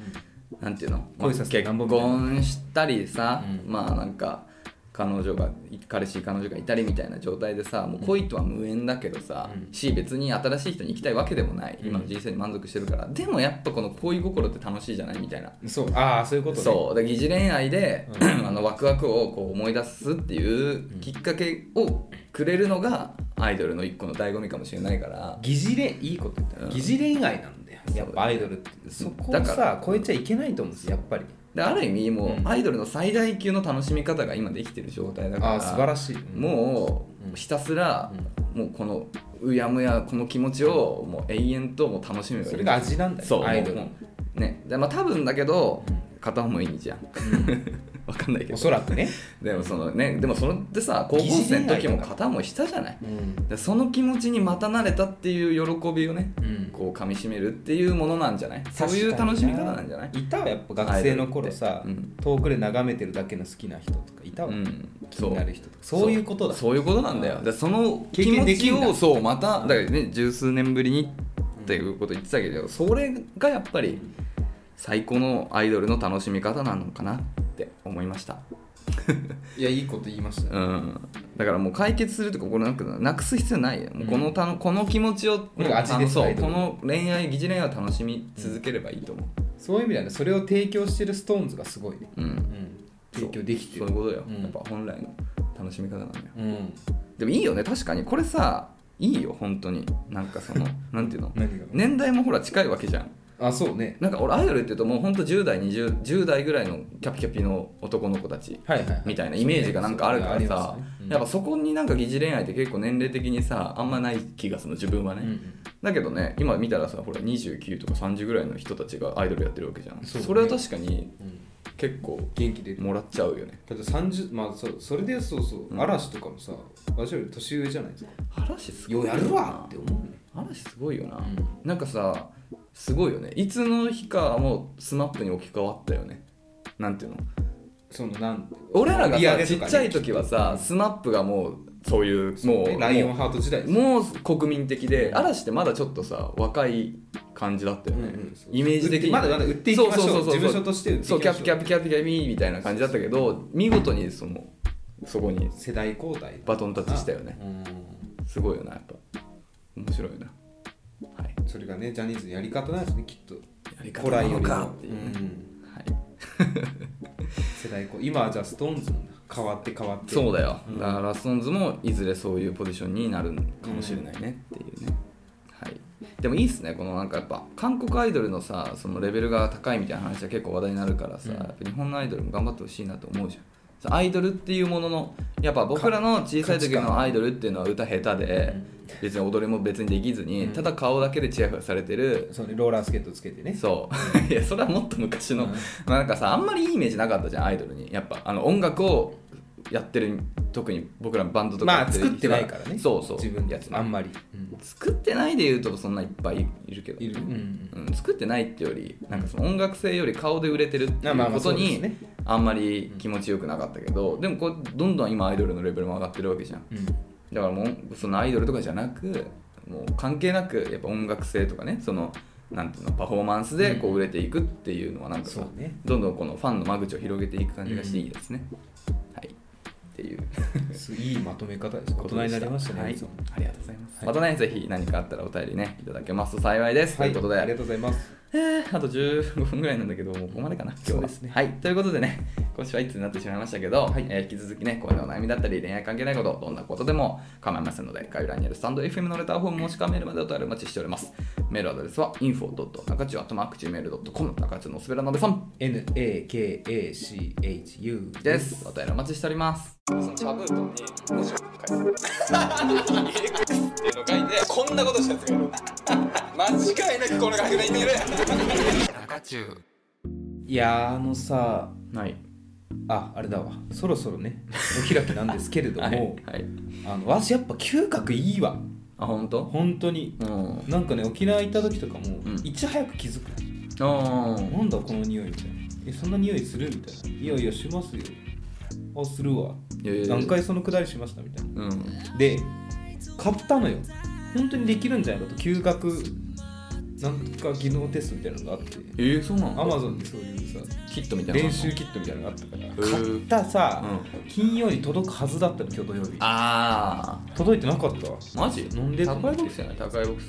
[SPEAKER 3] なんていうの
[SPEAKER 1] 恋させて
[SPEAKER 3] ま
[SPEAKER 1] な
[SPEAKER 3] あ
[SPEAKER 1] んぼみ
[SPEAKER 3] 結
[SPEAKER 1] たいな
[SPEAKER 3] 婚したりさ、
[SPEAKER 1] うん
[SPEAKER 3] まあなんか彼女がい彼氏彼女がいたりみたいな状態でさもう恋とは無縁だけどさ、
[SPEAKER 1] うん
[SPEAKER 3] し別に新しい人に行きたいわけでもない、
[SPEAKER 1] うん
[SPEAKER 3] 今の人生に満足してるからでもやっぱこの恋心って楽しいじゃないみたいな
[SPEAKER 1] そうああそういうことね
[SPEAKER 3] そうで疑似恋愛で、
[SPEAKER 1] う
[SPEAKER 3] (clears throat) あのワクワクをこう思い出すっていうきっかけをくれるのがアイドルの一個の醍醐味かもしれないから
[SPEAKER 1] 疑似恋いいこと言った
[SPEAKER 3] う
[SPEAKER 1] なん疑似恋愛なんだよやっぱアイドルって
[SPEAKER 3] そ
[SPEAKER 1] そうこ
[SPEAKER 3] だ
[SPEAKER 1] を
[SPEAKER 3] から
[SPEAKER 1] さ超えちゃいけないと思うんですよやっぱり
[SPEAKER 3] である意味も
[SPEAKER 1] うん
[SPEAKER 3] うアイドルの最大級の楽しみ方が今できてる状態だから
[SPEAKER 1] あー素晴らしいうん
[SPEAKER 3] も
[SPEAKER 1] うん
[SPEAKER 3] うひたすら、もうこのうやむやこの気持ちをもう永遠ともう楽しめばいい
[SPEAKER 1] それが味なんだよ
[SPEAKER 3] そう
[SPEAKER 1] アイドル
[SPEAKER 3] もうねでまあ多分だけど
[SPEAKER 1] うん
[SPEAKER 3] 片思いにじゃん (laughs) わかんないけ
[SPEAKER 1] お
[SPEAKER 3] ど
[SPEAKER 1] そらくね
[SPEAKER 3] でもそのねでもそれってさ高校生の時も片思いしたじゃない
[SPEAKER 1] うん
[SPEAKER 3] でその気持ちにまた慣れたっていう喜びをねこう噛みしめるっていうものなんじゃないそういう楽しみ方なんじゃない
[SPEAKER 1] いたわやっぱ学生の頃さ、
[SPEAKER 3] アイドルって
[SPEAKER 1] 遠くで眺めてるだけの好きな人とかいたわ、
[SPEAKER 3] うん
[SPEAKER 1] 気になる人とかそういうことだ
[SPEAKER 3] そうそういうことなんだよでその
[SPEAKER 1] 経
[SPEAKER 3] 気
[SPEAKER 1] 験
[SPEAKER 3] 持
[SPEAKER 1] でき
[SPEAKER 3] ち
[SPEAKER 1] んだ
[SPEAKER 3] をそうまただからね十数年ぶりにっていうこと言ってたけどそれがやっぱり最高のアイドルの楽しみ方なのかなって思いました
[SPEAKER 1] いやいいこと言いましたね、
[SPEAKER 3] うん、だからもう解決するとかこれなくなくす必要ないよ、もう
[SPEAKER 1] うん
[SPEAKER 3] このたのこの気持ちをこ
[SPEAKER 1] れが味ですアイド
[SPEAKER 3] こ
[SPEAKER 1] ル
[SPEAKER 3] の恋愛疑似恋愛を楽しみ続ければいいと思
[SPEAKER 1] そういう意味ではねそれを提供してるストーンズがすごいね、
[SPEAKER 3] う、うん
[SPEAKER 1] うん、提供できて
[SPEAKER 3] そう
[SPEAKER 1] る
[SPEAKER 3] そういうことよ、
[SPEAKER 1] うん
[SPEAKER 3] やっぱ本来の楽しみ方なんだよ
[SPEAKER 1] うん、
[SPEAKER 3] でもいいよね確かにこれさいいよ本当になんか
[SPEAKER 1] (laughs)
[SPEAKER 3] そのなんていうの
[SPEAKER 1] 何が、
[SPEAKER 3] 年代もほら近いわけじゃん
[SPEAKER 1] あそうね
[SPEAKER 3] なんか俺アイドルっていうともうほんと10代20 10代ぐらいのキャピキャピの男の子たち
[SPEAKER 1] はいはい、はい、
[SPEAKER 3] みたいなイメージがなんかあるからさ、やっぱ
[SPEAKER 1] ぱ
[SPEAKER 3] そこになんか疑似恋愛って結構年齢的にさあんまない気がするの自分はね、だけどね今見たらさほら29とか30ぐらいの人たちがアイドルやってるわけじゃんそ,、
[SPEAKER 1] そうね
[SPEAKER 3] れは確かに結構
[SPEAKER 1] 元気出る
[SPEAKER 3] もらっちゃうよね
[SPEAKER 1] だって30まあそうそれでそうそう、
[SPEAKER 3] うん
[SPEAKER 1] 嵐とかもさ私より年上じゃないですか
[SPEAKER 3] 嵐す
[SPEAKER 1] よ
[SPEAKER 3] ご
[SPEAKER 1] う
[SPEAKER 3] い
[SPEAKER 1] やるわって思うね
[SPEAKER 3] な嵐すごいよな、
[SPEAKER 1] うん
[SPEAKER 3] なんかさすごいよねいつの日かもう SMAP に置き換わったよねなんていうの
[SPEAKER 1] そのなんて
[SPEAKER 3] 俺らが
[SPEAKER 1] 売り上
[SPEAKER 3] さ、
[SPEAKER 1] げ
[SPEAKER 3] ち
[SPEAKER 1] と
[SPEAKER 3] っ
[SPEAKER 1] かね
[SPEAKER 3] ちゃい時はさ SMAP がもうそういうもう
[SPEAKER 1] ねライオンハート時代ですよ
[SPEAKER 3] もう国民的で嵐ってまだちょっとさ若い感じだったよね、
[SPEAKER 1] うんうんそう
[SPEAKER 3] イメージ的に
[SPEAKER 1] まだまだ売っていきましょう
[SPEAKER 3] そそそそ
[SPEAKER 1] 事務所として売っていきましょ
[SPEAKER 3] そう
[SPEAKER 1] う
[SPEAKER 3] キャピキャピキャピキャピみたいな感じだったけど見事にそのそこに
[SPEAKER 1] 世代交代
[SPEAKER 3] バトンタッチしたよね
[SPEAKER 1] うん
[SPEAKER 3] すごいよなやっぱ面白いなはい
[SPEAKER 1] それがねジャニーズのやり方なんですねきっと
[SPEAKER 3] やり方
[SPEAKER 1] 古来
[SPEAKER 3] な
[SPEAKER 1] よ
[SPEAKER 3] の
[SPEAKER 1] り
[SPEAKER 3] か
[SPEAKER 1] も
[SPEAKER 3] っていうね、
[SPEAKER 1] うん
[SPEAKER 3] はい、
[SPEAKER 1] 世代交今はじゃあストーンズなんだ変わって変わって
[SPEAKER 3] そ
[SPEAKER 1] だ
[SPEAKER 3] うだよ、
[SPEAKER 1] うん
[SPEAKER 3] だからラストーンズもいずれそういうポジションになるかもしれないねっていうね、はいでもいいっすねこのなんかやっぱ韓国アイドルのさそのレベルが高いみたいな話は結構話題になるからさ、
[SPEAKER 1] うん
[SPEAKER 3] やっぱ日本のアイドルも頑張ってほしいなと思うじゃんそうアイドルっていうもののやっぱ僕らの小さい時
[SPEAKER 1] 価値観
[SPEAKER 3] のアイドルっていうのは歌下手で別に踊りも別にできずに
[SPEAKER 1] うん
[SPEAKER 3] ただ顔だけでチヤホヤされてる
[SPEAKER 1] それローラースケートつけてね
[SPEAKER 3] そう (laughs) いやそれはもっと昔の、
[SPEAKER 1] うん
[SPEAKER 3] まあ、なんかさあんまりいいイメージなかったじゃんアイドルにやっぱあの音楽をやってる特に僕らバンドと
[SPEAKER 1] ま
[SPEAKER 3] かや
[SPEAKER 1] あ
[SPEAKER 3] る
[SPEAKER 1] 作ってないからね
[SPEAKER 3] そうそう
[SPEAKER 1] 自分で
[SPEAKER 3] や
[SPEAKER 1] や
[SPEAKER 3] つ
[SPEAKER 1] つあんまり、うん
[SPEAKER 3] 作ってないで言うとそんないっぱいいるけど
[SPEAKER 1] いる、うん
[SPEAKER 3] うん、作ってないってよりなんかその音楽性より顔で売れてるってい
[SPEAKER 1] まあまあ
[SPEAKER 3] う
[SPEAKER 1] ま
[SPEAKER 3] こ
[SPEAKER 1] あそ
[SPEAKER 3] と
[SPEAKER 1] うです
[SPEAKER 3] に
[SPEAKER 1] ね
[SPEAKER 3] あんまり気持ちよくなかったけどでもこうどんどん今アイドルのレベルも上がってるわけじゃん
[SPEAKER 1] うん
[SPEAKER 3] だからもうそのアイドルとかじゃなくもう関係なくやっぱ音楽性とかねそのなんていうのパフォーマンスでこう売れていくっていうのはなんかさ、
[SPEAKER 1] そうね
[SPEAKER 3] どんどんこのファンの間口を広げていく感じがしていいですね、はいっていう
[SPEAKER 1] (laughs) すいいまとめ方です
[SPEAKER 3] こ
[SPEAKER 1] 大
[SPEAKER 3] と
[SPEAKER 1] 人にな
[SPEAKER 3] でした
[SPEAKER 1] りましたね、
[SPEAKER 3] はい
[SPEAKER 1] いつも
[SPEAKER 3] ありがとうございます、
[SPEAKER 1] はい
[SPEAKER 3] またねぜひ何かあったらお便りねいただけますと幸いです、
[SPEAKER 1] はい、
[SPEAKER 3] ということ
[SPEAKER 1] あり
[SPEAKER 3] で
[SPEAKER 1] がとうございます
[SPEAKER 3] えーあと15分ぐらいなんだけどもうここまでかな今日
[SPEAKER 1] そ
[SPEAKER 3] は
[SPEAKER 1] うですね
[SPEAKER 3] はいということでね今週はいつになってしまいましたけど、えー引き続きねこういうお悩みだったり恋愛関係ないことどんなことでも構いませんので概要欄にあるスタンド FM のレターフォームもしくはメールまでお便りお待ちしておりますメールアドレスは info.nakachu.gmail.com 中中のすべらなべさん
[SPEAKER 1] NAKACHU
[SPEAKER 3] ですお便りお待ちしておりますそのチャブートに文字 (laughs) を書いてっていうの書いてこんなことしたやつがいる間違いなくこの学年にいる中中
[SPEAKER 1] いやーあのさ
[SPEAKER 3] はい
[SPEAKER 1] ああれだわそろそろねお開きなんですけれど (laughs) も、
[SPEAKER 3] はいはい
[SPEAKER 1] あのわしやっぱ嗅覚いいわ
[SPEAKER 3] あ本当
[SPEAKER 1] 本当に
[SPEAKER 3] うん
[SPEAKER 1] なんかね沖縄行った時とかも、
[SPEAKER 3] うん
[SPEAKER 1] いち早く気づく
[SPEAKER 3] あー
[SPEAKER 1] なんだこの匂いみたいなえそんな匂いするみたいないやいやしますよあするわ
[SPEAKER 3] いやいやいや
[SPEAKER 1] 何回そのくだりしましたみたい
[SPEAKER 3] うん
[SPEAKER 1] なで買ったのよ本当にできるんじゃないかと嗅覚なんとか技能テストみたいなのがあって
[SPEAKER 3] えー、そうなの
[SPEAKER 1] アマゾンでそういうさ
[SPEAKER 3] キットみたいなの
[SPEAKER 1] 練習キットみたいなのがあったから
[SPEAKER 3] へ
[SPEAKER 1] 買っ
[SPEAKER 3] ー
[SPEAKER 1] たさ、
[SPEAKER 3] う
[SPEAKER 1] 金曜に届くはずだったの今日土曜日
[SPEAKER 3] あ
[SPEAKER 1] 届いてなかったわ
[SPEAKER 3] あマジ
[SPEAKER 1] なんで
[SPEAKER 3] 高いボックスじゃない高いボック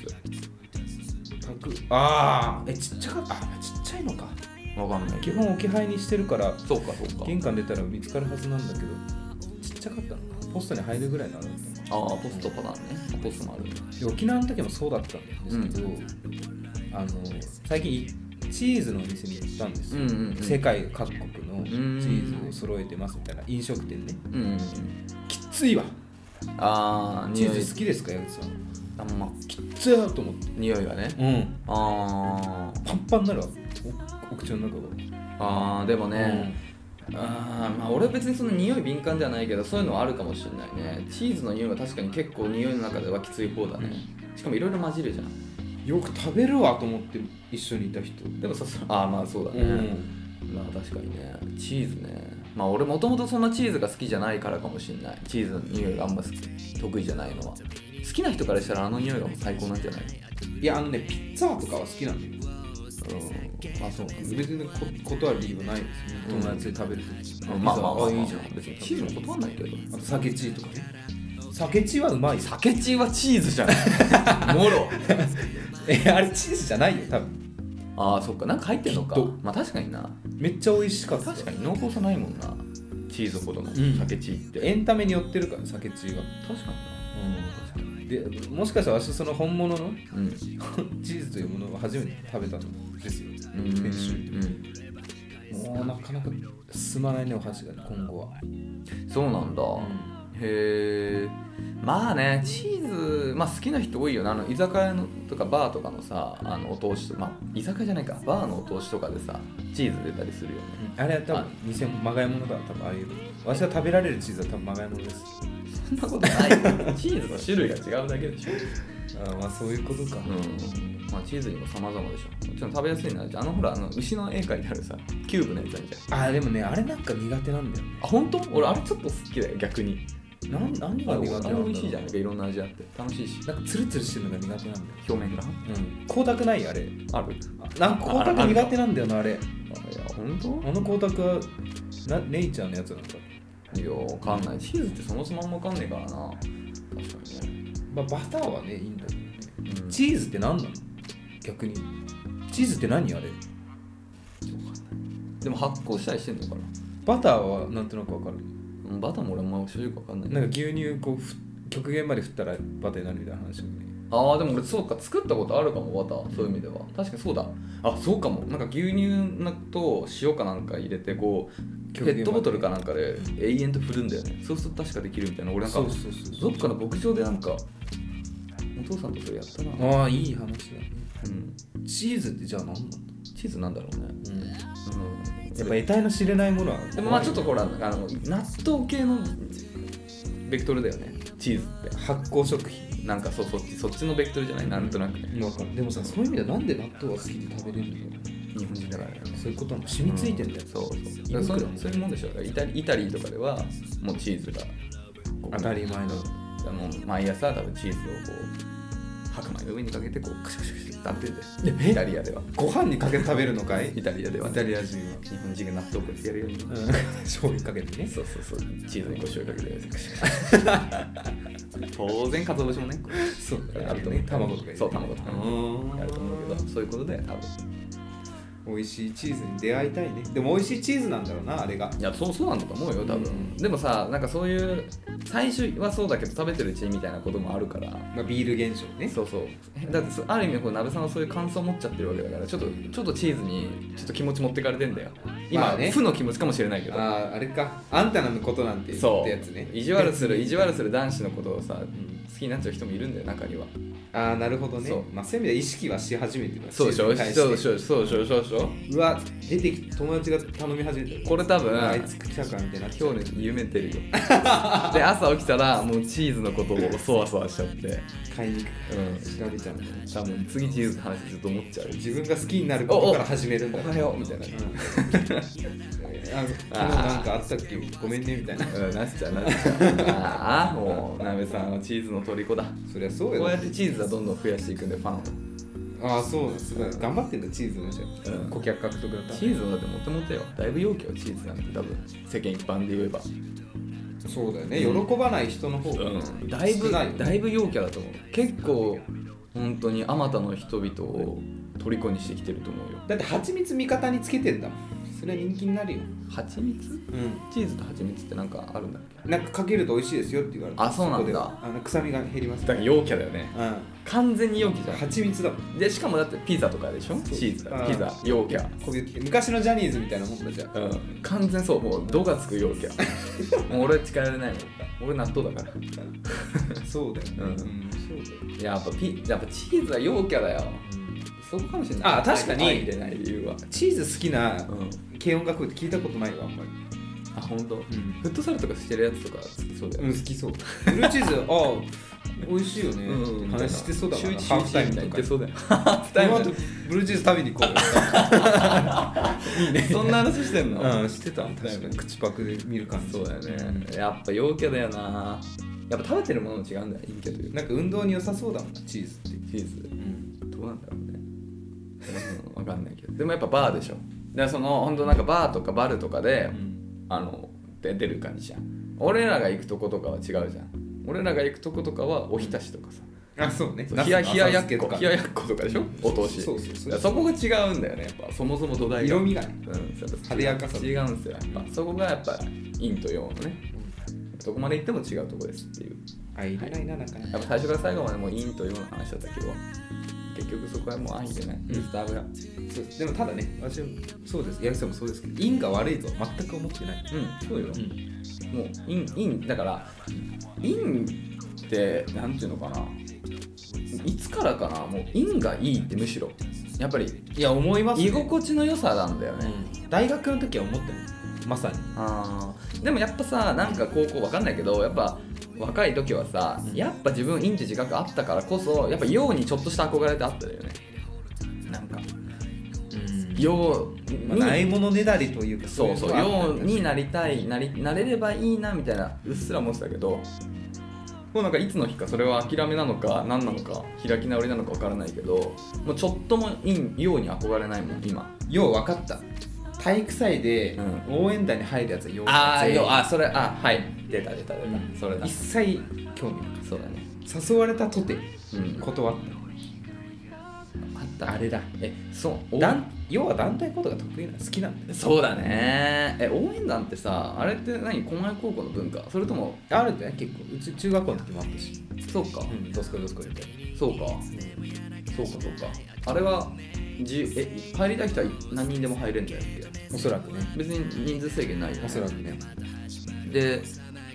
[SPEAKER 1] 宅ああえちっちゃかったあちっちゃいのか
[SPEAKER 3] スわかんない
[SPEAKER 1] 基本置き配にしてるから
[SPEAKER 3] そうかそうか
[SPEAKER 1] 玄関出たら見つかるはずなんだけどちっちゃかったのかポストに入るぐらいなの
[SPEAKER 3] ああポストパターンねポストもあるんだ
[SPEAKER 1] で沖縄の時もそうだったんですけど、あの最近チーズのお店に行ったんですよ、
[SPEAKER 3] うんうんうん
[SPEAKER 1] 世界各国のチ
[SPEAKER 3] ん
[SPEAKER 1] ーズを揃えてますみたいな飲食店ね
[SPEAKER 3] うんうん
[SPEAKER 1] きっついわ
[SPEAKER 3] ああ
[SPEAKER 1] チ
[SPEAKER 3] 匂い
[SPEAKER 1] ーズ好きですか矢口さん
[SPEAKER 3] あんま
[SPEAKER 1] きっついなと思って
[SPEAKER 3] 匂いがね
[SPEAKER 1] うん
[SPEAKER 3] あ
[SPEAKER 1] パンパンになるわおお口の中が
[SPEAKER 3] ーあーでもね、あーまあ俺は別にその匂い敏感ではないけどそういうのはあるかもしれないねチーズの匂いは確かに結構匂いの中ではきつい方だね、しかもいろいろ混じるじゃん
[SPEAKER 1] よく食べるわと思って一緒にいた人
[SPEAKER 3] でもさそああまあそうだね、
[SPEAKER 1] うん
[SPEAKER 3] まあ確かにねチーズねまあ俺もともとそんなチーズが好きじゃないからかもしれないチーズの匂いがあんま好き得意じゃないのは好きな人からしたらあの匂いがもう最高なんじゃない
[SPEAKER 1] いやあのねピッツァとかは好きなんだよ
[SPEAKER 3] うんあそうなんだ
[SPEAKER 1] 別にこ断る理由はないですね
[SPEAKER 3] うん
[SPEAKER 1] 友達で食べると
[SPEAKER 3] まあまあまあまあ
[SPEAKER 1] いいじゃん
[SPEAKER 3] 別にチーズも断んないけど
[SPEAKER 1] あと酒チーとかね酒チーはうまいさ
[SPEAKER 3] 酒チーはチーズじゃない (laughs) もろ
[SPEAKER 1] (laughs) えあれチーズじゃないよ多分
[SPEAKER 3] ああそっかなんか入ってんのか
[SPEAKER 1] きっと
[SPEAKER 3] まあ確かにな
[SPEAKER 1] めっちゃ美味しかった
[SPEAKER 3] 確かに濃厚さないもんなチーズほどの
[SPEAKER 1] ん
[SPEAKER 3] 酒チーって、
[SPEAKER 1] エンタメに寄ってるから酒チーが
[SPEAKER 3] 確か
[SPEAKER 1] でもしかしたら私その本物の (laughs)
[SPEAKER 3] になうん
[SPEAKER 1] チーズというものを初めて食べたんですよ
[SPEAKER 3] うん
[SPEAKER 1] 先週
[SPEAKER 3] うん
[SPEAKER 1] もうなかなか進まないねお箸がね今後は
[SPEAKER 3] そうなんだ、へえまあねチーズ、まあ、好きな人多いよねあの居酒屋のとかバーとかのさあのお通しとまあ居酒屋じゃないかバーのお通しとかでさチーズ出たりするよね
[SPEAKER 1] あれは多分店もまがいものだ多分ああいうのわしは食べられるチーズは多分まがいものです
[SPEAKER 3] そんなことない (laughs) チーズの種類が違うだけでしょ、
[SPEAKER 1] あまあそういうことか、
[SPEAKER 3] うんまあ、チーズにも様々でしょもちろん食べやすいのはあのほらあの牛の絵描いてあるさキューブのやつあるじゃん
[SPEAKER 1] あでもねあれなんか苦手なんだよね
[SPEAKER 3] あ本当俺あれちょっと好きだよ逆に
[SPEAKER 1] なん何
[SPEAKER 3] あ
[SPEAKER 1] が
[SPEAKER 3] れ
[SPEAKER 1] 苦手なんだろう
[SPEAKER 3] 美味しいじゃんなんかいろんな味あって楽しいし
[SPEAKER 1] なんかツルツルしてるのが苦手なんだよ
[SPEAKER 3] 表面が
[SPEAKER 1] うん光沢ないあれ
[SPEAKER 3] ある
[SPEAKER 1] なんか光沢苦手なんだよなあれ
[SPEAKER 3] あいや本当
[SPEAKER 1] あの光沢はなネイチャーのやつなんだ、
[SPEAKER 3] いや、わかんない。チーズってそもそもあんまわかんないからな。確かにね。
[SPEAKER 1] まあ、バターはねいいんだけどね
[SPEAKER 3] うん、
[SPEAKER 1] チーズって何なの逆にチーズって何あれ
[SPEAKER 3] でも発酵したりしてんのかな
[SPEAKER 1] バターはなんとなくわかる
[SPEAKER 3] うんバターも俺も正直わかんない。
[SPEAKER 1] なんか牛乳こうふ極限まで振ったらバターになるみたいな話をね
[SPEAKER 3] ああ、でも俺そうか、作ったことあるかも、バター。そういう意味では。確かにそうだ。あ、そうかも。なんか牛乳と塩かなんか入れて、こう、ペ
[SPEAKER 1] 極限まで
[SPEAKER 3] ットボトルかなんかで永遠と振るんだよね。そうすると確かできるみたいな。俺なんか、
[SPEAKER 1] そうそうそうそ
[SPEAKER 3] ど
[SPEAKER 1] う
[SPEAKER 3] っかの牧場でなんか、お父さんとそれやったな。
[SPEAKER 1] ああいい話だね
[SPEAKER 3] うん。
[SPEAKER 1] チーズってじゃあ何なの、
[SPEAKER 3] チーズなんだろうね。うん
[SPEAKER 1] やっぱ得体の知れないものは
[SPEAKER 3] でもまあちょっとほらあの納豆系のベクトルだよねチーズって
[SPEAKER 1] 発酵食品
[SPEAKER 3] なんかそうそっちそっちのベクトルじゃないなんとなくね
[SPEAKER 1] でもさそういう意味ではなんで納豆が好きで食べれるの
[SPEAKER 3] 日本人だからね
[SPEAKER 1] そういうことなの染みついてんだよ、
[SPEAKER 3] そうそうだからそういうそういうもんでしょだからイタリイタリーとかではもうチーズがこう
[SPEAKER 1] 当たり前だ
[SPEAKER 3] もう毎朝多分チーズをこう白米の上にかけてこうクシャクシャクシャって食べてんだよ
[SPEAKER 1] え
[SPEAKER 3] イタリアでは
[SPEAKER 1] ご飯にかけて食べるの
[SPEAKER 3] (laughs)
[SPEAKER 1] かい
[SPEAKER 3] イタリアでは
[SPEAKER 1] イ
[SPEAKER 3] ね
[SPEAKER 1] タリア人は
[SPEAKER 3] 日本人が納豆をやるように、
[SPEAKER 1] うん醤油かけてね
[SPEAKER 3] そうそうそうチーズにこう醤油かけてクシャク
[SPEAKER 1] (laughs)
[SPEAKER 3] シャ当然鰹節もね
[SPEAKER 1] そう
[SPEAKER 3] あると思
[SPEAKER 1] ね
[SPEAKER 3] う
[SPEAKER 1] 卵とか入れて
[SPEAKER 3] そう卵とかね
[SPEAKER 1] うん
[SPEAKER 3] やると思うけどそういうことで多分
[SPEAKER 1] 美味しいチーズに出会いたいねでも美味しいチーズなんだろうなあれが
[SPEAKER 3] いやそうそうなんだと思うよ多分、
[SPEAKER 1] うん
[SPEAKER 3] でもさなんかそういう最初はそうだけど食べてるうちにみたいなこともあるから
[SPEAKER 1] まあ、ビール現象ね
[SPEAKER 3] そうそうだってそある意味こう鍋さんはそういう感想を持っちゃってるわけだからちょっとちょっとチーズにちょっと気持ち持ってかれてんだよ今、
[SPEAKER 1] まあね
[SPEAKER 3] 負の気持ちかもしれないけど
[SPEAKER 1] あああれかあんたのことなんて言っ
[SPEAKER 3] そう
[SPEAKER 1] たやつね
[SPEAKER 3] 意地悪する意地悪
[SPEAKER 1] す
[SPEAKER 3] する男子のことをさ好
[SPEAKER 1] ん
[SPEAKER 3] きになっちゃう人もいるんだよ中には
[SPEAKER 1] るああなるほどね
[SPEAKER 3] そう
[SPEAKER 1] まあ、そういう意味では意識はし始めてるわ
[SPEAKER 3] そうでしょ
[SPEAKER 1] チーズに対
[SPEAKER 3] そうで
[SPEAKER 1] て
[SPEAKER 3] しょそうでしょそうでしょ
[SPEAKER 1] うわ出てきて友達が頼み始めた
[SPEAKER 3] これ多分
[SPEAKER 1] あいつ来たかみたいになっちゃ
[SPEAKER 3] 今
[SPEAKER 1] う
[SPEAKER 3] 日の
[SPEAKER 1] (laughs)
[SPEAKER 3] 夢てるよで朝起きたらもうチーズのことをそわそわしちゃって
[SPEAKER 1] 買いに行
[SPEAKER 3] うん
[SPEAKER 1] く調べちゃうんだよね
[SPEAKER 3] 多分次チーズの話ずっと思っちゃう
[SPEAKER 1] 自分が好きになることから始めるんだ
[SPEAKER 3] (laughs) おはようみたいな
[SPEAKER 1] うんあの昨日なんかあったっけごめんねみたいな
[SPEAKER 3] うんなっちゃうなっちゃうああもうなべさんはチーズの虜だ
[SPEAKER 1] そりゃそう
[SPEAKER 3] こうや
[SPEAKER 1] よ
[SPEAKER 3] ってチーズはどんどん増やしていくんでファンを
[SPEAKER 1] ああそうだそうだ頑張ってんだチーズのじゃあ
[SPEAKER 3] うん
[SPEAKER 1] 顧客獲得だった
[SPEAKER 3] チーズはだってモテモテよだいぶ容器はチーズなんて多分世間一般で言えば
[SPEAKER 1] そうだよね喜ばない人の方が
[SPEAKER 3] うんだいぶ
[SPEAKER 1] 少ないよね
[SPEAKER 3] だいぶ陽キャだと思う結構本当にあまたの人々を虜にしてきてると思うよ
[SPEAKER 1] だって蜂蜜味方につけてんだもんそれは人気になるよ
[SPEAKER 3] 蜂蜜
[SPEAKER 1] うん
[SPEAKER 3] チーズと蜂蜜ってなんかあるんだっけ
[SPEAKER 1] なんかかけると美味しいですよって言われて
[SPEAKER 3] あそうなんだ
[SPEAKER 1] こではあの臭みが減ります
[SPEAKER 3] だから陽キャだよね
[SPEAKER 1] う
[SPEAKER 3] 完全に陽キャ
[SPEAKER 1] ん
[SPEAKER 3] じゃ
[SPEAKER 1] 蜂蜜だもん
[SPEAKER 3] んでしかもだってピザとかでしょチ
[SPEAKER 1] そう
[SPEAKER 3] ーズだ
[SPEAKER 1] あー
[SPEAKER 3] ピザ陽キャ
[SPEAKER 1] こびって昔のジャニーズみたいなもんだじゃん
[SPEAKER 3] うん完全そうもう「度がつく陽
[SPEAKER 1] (laughs)
[SPEAKER 3] キャもう俺力入れないもん俺納豆だから
[SPEAKER 1] そうだよね
[SPEAKER 3] うん
[SPEAKER 1] そうだよね
[SPEAKER 3] いややっぱピやっぱチーズは陽キャだよそこかもしれない
[SPEAKER 1] あ確かに
[SPEAKER 3] 相入れない理由は
[SPEAKER 1] チーズ好きな
[SPEAKER 3] うん
[SPEAKER 1] 軽音楽部って聞いたことないわあんまり
[SPEAKER 3] あ本当。
[SPEAKER 1] うん
[SPEAKER 3] フットサルとかしてるやつとか好きそうだよね
[SPEAKER 1] うん、好きそう。ブルーチーズ、ああ、美味しいよね。
[SPEAKER 3] うん
[SPEAKER 1] 話してそうだもんな。
[SPEAKER 3] シ
[SPEAKER 1] ハー
[SPEAKER 3] ューイ
[SPEAKER 1] フ
[SPEAKER 3] チ
[SPEAKER 1] タイム
[SPEAKER 3] みたい
[SPEAKER 1] と
[SPEAKER 3] に
[SPEAKER 1] か (laughs)
[SPEAKER 3] 言って。そうだよハーフタイ
[SPEAKER 1] 今
[SPEAKER 3] ム
[SPEAKER 1] とブルーチーズ食べに行こ
[SPEAKER 3] そんな話してん
[SPEAKER 1] う
[SPEAKER 3] の、
[SPEAKER 1] よ。うん、してた。確
[SPEAKER 3] だよ
[SPEAKER 1] かに口パクで見る感じ。
[SPEAKER 3] そうだよねやっぱ陽キャだよなやっぱ食べてるものも違うんだよ陰キャという
[SPEAKER 1] なんか運動に良さそうだもんな、チーズって。
[SPEAKER 3] チーズどうなんだろうねうんわかんないけどでもやっぱバーでしょだからその本当なんかバーとかバルとかで、あので出る感じじゃん俺らが行くとことかは違うじゃん俺らが行くとことかはおひたしとかさ
[SPEAKER 1] あ、そうね。
[SPEAKER 3] 冷や冷ややっ
[SPEAKER 1] と
[SPEAKER 3] こ
[SPEAKER 1] か
[SPEAKER 3] 冷。ややっことかでしょお通し
[SPEAKER 1] そうそうそう
[SPEAKER 3] だからそこが違うんだよねやっぱそもそも土台が
[SPEAKER 1] 色味がね
[SPEAKER 3] うん、そうそう
[SPEAKER 1] 艶やかさ
[SPEAKER 3] 違うんですよやっぱそこがやっぱ陰と陽のねどこまで行っても違うとこですっていう
[SPEAKER 1] あ、いらないな、なんかね。
[SPEAKER 3] やっぱ最初から最後までもう陰と陽の話だったけど結局そこはもう相入れない、スターブが
[SPEAKER 1] そうでもただね、私もそうです。八木さんもそうですけど、因が悪いとは全く思ってない。
[SPEAKER 3] うんそうよ、もう陰陰だから陰ってなんていうのかないつからかなもう陰がいいってむしろやっぱり
[SPEAKER 1] いや、思いま
[SPEAKER 3] 居心地の良さなんだよね、
[SPEAKER 1] 大学の時は思ってない。まさに。
[SPEAKER 3] あーでもやっぱさなんか高校わかんないけどやっぱ若い時はさやっぱ自分インチ自覚あったからこそやっぱ陽にちょっとした憧れってあったよねなんか陽に、
[SPEAKER 1] まあ、ないものねだりというか
[SPEAKER 3] そうそう
[SPEAKER 1] いのは
[SPEAKER 3] 陽になりたいなりなれればいいなみたいなうっすら思ってたけどもうなんかいつの日かそれは諦めなのか何なのか開き直りなのかわからないけどもうちょっとも陰陽に憧れないもん今
[SPEAKER 1] よう分かった体育祭で
[SPEAKER 3] う
[SPEAKER 1] 応援団に入るやつはよう
[SPEAKER 3] あー
[SPEAKER 1] 全員
[SPEAKER 3] 陽あそれあはい出た出た出た、
[SPEAKER 1] うん
[SPEAKER 3] それだ
[SPEAKER 1] 一切興味なかっ
[SPEAKER 3] そうだね
[SPEAKER 1] た誘われたとて
[SPEAKER 3] うん
[SPEAKER 1] 断っ
[SPEAKER 3] あった
[SPEAKER 1] たあれだ
[SPEAKER 3] えそう
[SPEAKER 1] お
[SPEAKER 3] 応
[SPEAKER 1] 団要は団体行動が得意なの好きなんだよ
[SPEAKER 3] そうだねえ応援団ってさあれって何狛江高校の文化それとも
[SPEAKER 1] あるんじゃない結構うち中学校の時もあったし、
[SPEAKER 3] そうか、
[SPEAKER 1] うん、どすこいどすこいみたい
[SPEAKER 3] そうかそうかそうかあれはじゅえ入りたい人は何人でも入れんだよって
[SPEAKER 1] なおそらくね
[SPEAKER 3] 別に人数制限ないよ、ね、
[SPEAKER 1] おそらくね
[SPEAKER 3] で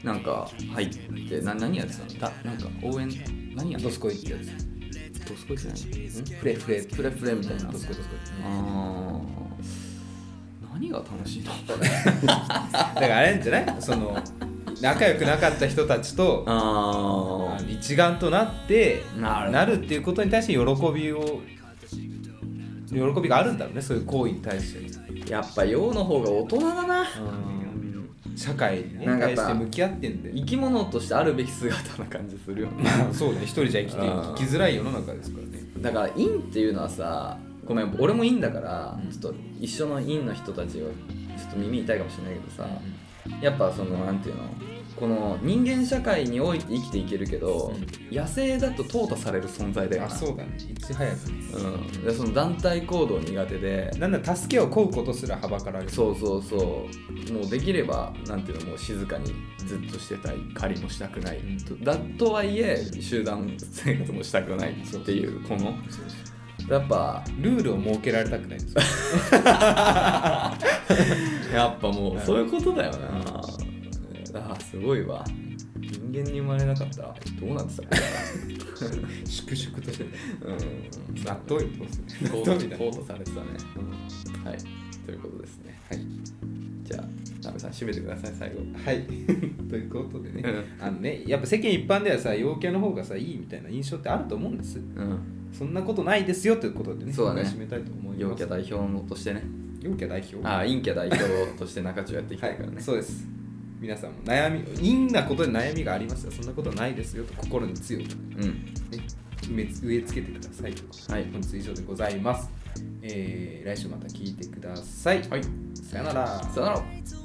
[SPEAKER 3] なんか入ってな何やってたのだなんか応援何や
[SPEAKER 1] どすこいってや
[SPEAKER 3] どすこいじゃない
[SPEAKER 1] つんフレフレ
[SPEAKER 3] フレフレみたいな
[SPEAKER 1] どすこいどすこい
[SPEAKER 3] あー何何が楽しい (laughs) の
[SPEAKER 1] だからあれんじゃないその仲良くなかった人たちと
[SPEAKER 3] あ
[SPEAKER 1] あの一丸となって
[SPEAKER 3] なるほど
[SPEAKER 1] なるっていうことに対して喜びを喜びがあるんだろうねそういう行為に対して
[SPEAKER 3] ーやっぱ陽の方が大人だな
[SPEAKER 1] 社会に、ね、
[SPEAKER 3] なんかや
[SPEAKER 1] 対
[SPEAKER 3] っぱ
[SPEAKER 1] して向き合ってんだよ
[SPEAKER 3] 生き物としてあるべき姿な感じするよ (laughs) ね
[SPEAKER 1] そうね一人じゃ生きて
[SPEAKER 3] あー
[SPEAKER 1] 生きづらい世の中ですからね
[SPEAKER 3] だから陰っていうのはさごめん俺も陰だから、
[SPEAKER 1] うん
[SPEAKER 3] ちょっと一緒の陰の人たちをちょっと耳痛いかもしれないけどさ、やっぱそのなんていうのこの人間社会において生きていけるけど、野生だと淘汰される存在だよな
[SPEAKER 1] あそうだねいち早く
[SPEAKER 3] うん、でその団体行動苦手で
[SPEAKER 1] なんだら助けを請うことすらはばかられ (laughs) る
[SPEAKER 3] そうそうそうもうできればなんていうのもう静かにずっとしてたい狩りもしたくない、
[SPEAKER 1] うん
[SPEAKER 3] とだとはいえ集団生活もしたくないっていうこのやっぱ
[SPEAKER 1] ルールを設けられたくないですよ
[SPEAKER 3] やっぱもうそういうことだよな、ああすごいわ人間に生まれなかったらどうなってたか
[SPEAKER 1] 粛々として
[SPEAKER 3] なうん
[SPEAKER 1] 納豆よどうする納
[SPEAKER 3] 淘 (laughs) 汰
[SPEAKER 1] 豆みたいな
[SPEAKER 3] 淘汰されてたね、はいということですね
[SPEAKER 1] はい
[SPEAKER 3] じゃあナベさん締めてください最後
[SPEAKER 1] はいということでね
[SPEAKER 3] う
[SPEAKER 1] あのねやっぱ世間一般ではさ陽キャの方がさいいみたいな印象ってあると思うんです
[SPEAKER 3] うん
[SPEAKER 1] そんなことないですよということでね
[SPEAKER 3] そうだね
[SPEAKER 1] お願い締めたいと思い
[SPEAKER 3] 陽
[SPEAKER 1] ま
[SPEAKER 3] キ
[SPEAKER 1] す
[SPEAKER 3] ャ代表としてね
[SPEAKER 1] 陽キャ代表
[SPEAKER 3] ああ陰キャ代表として中中やっていき
[SPEAKER 1] は
[SPEAKER 3] たい
[SPEAKER 1] い
[SPEAKER 3] からね、
[SPEAKER 1] そうです皆さんも悩みいいんなことで悩みがありますよそんなことないですよと心に強く、ね、
[SPEAKER 3] うん
[SPEAKER 1] 植え植え付けてくださいと
[SPEAKER 3] はい
[SPEAKER 1] 本日以上でございます、えー来週また聞いてください、
[SPEAKER 3] はい
[SPEAKER 1] さよなら
[SPEAKER 3] さよなら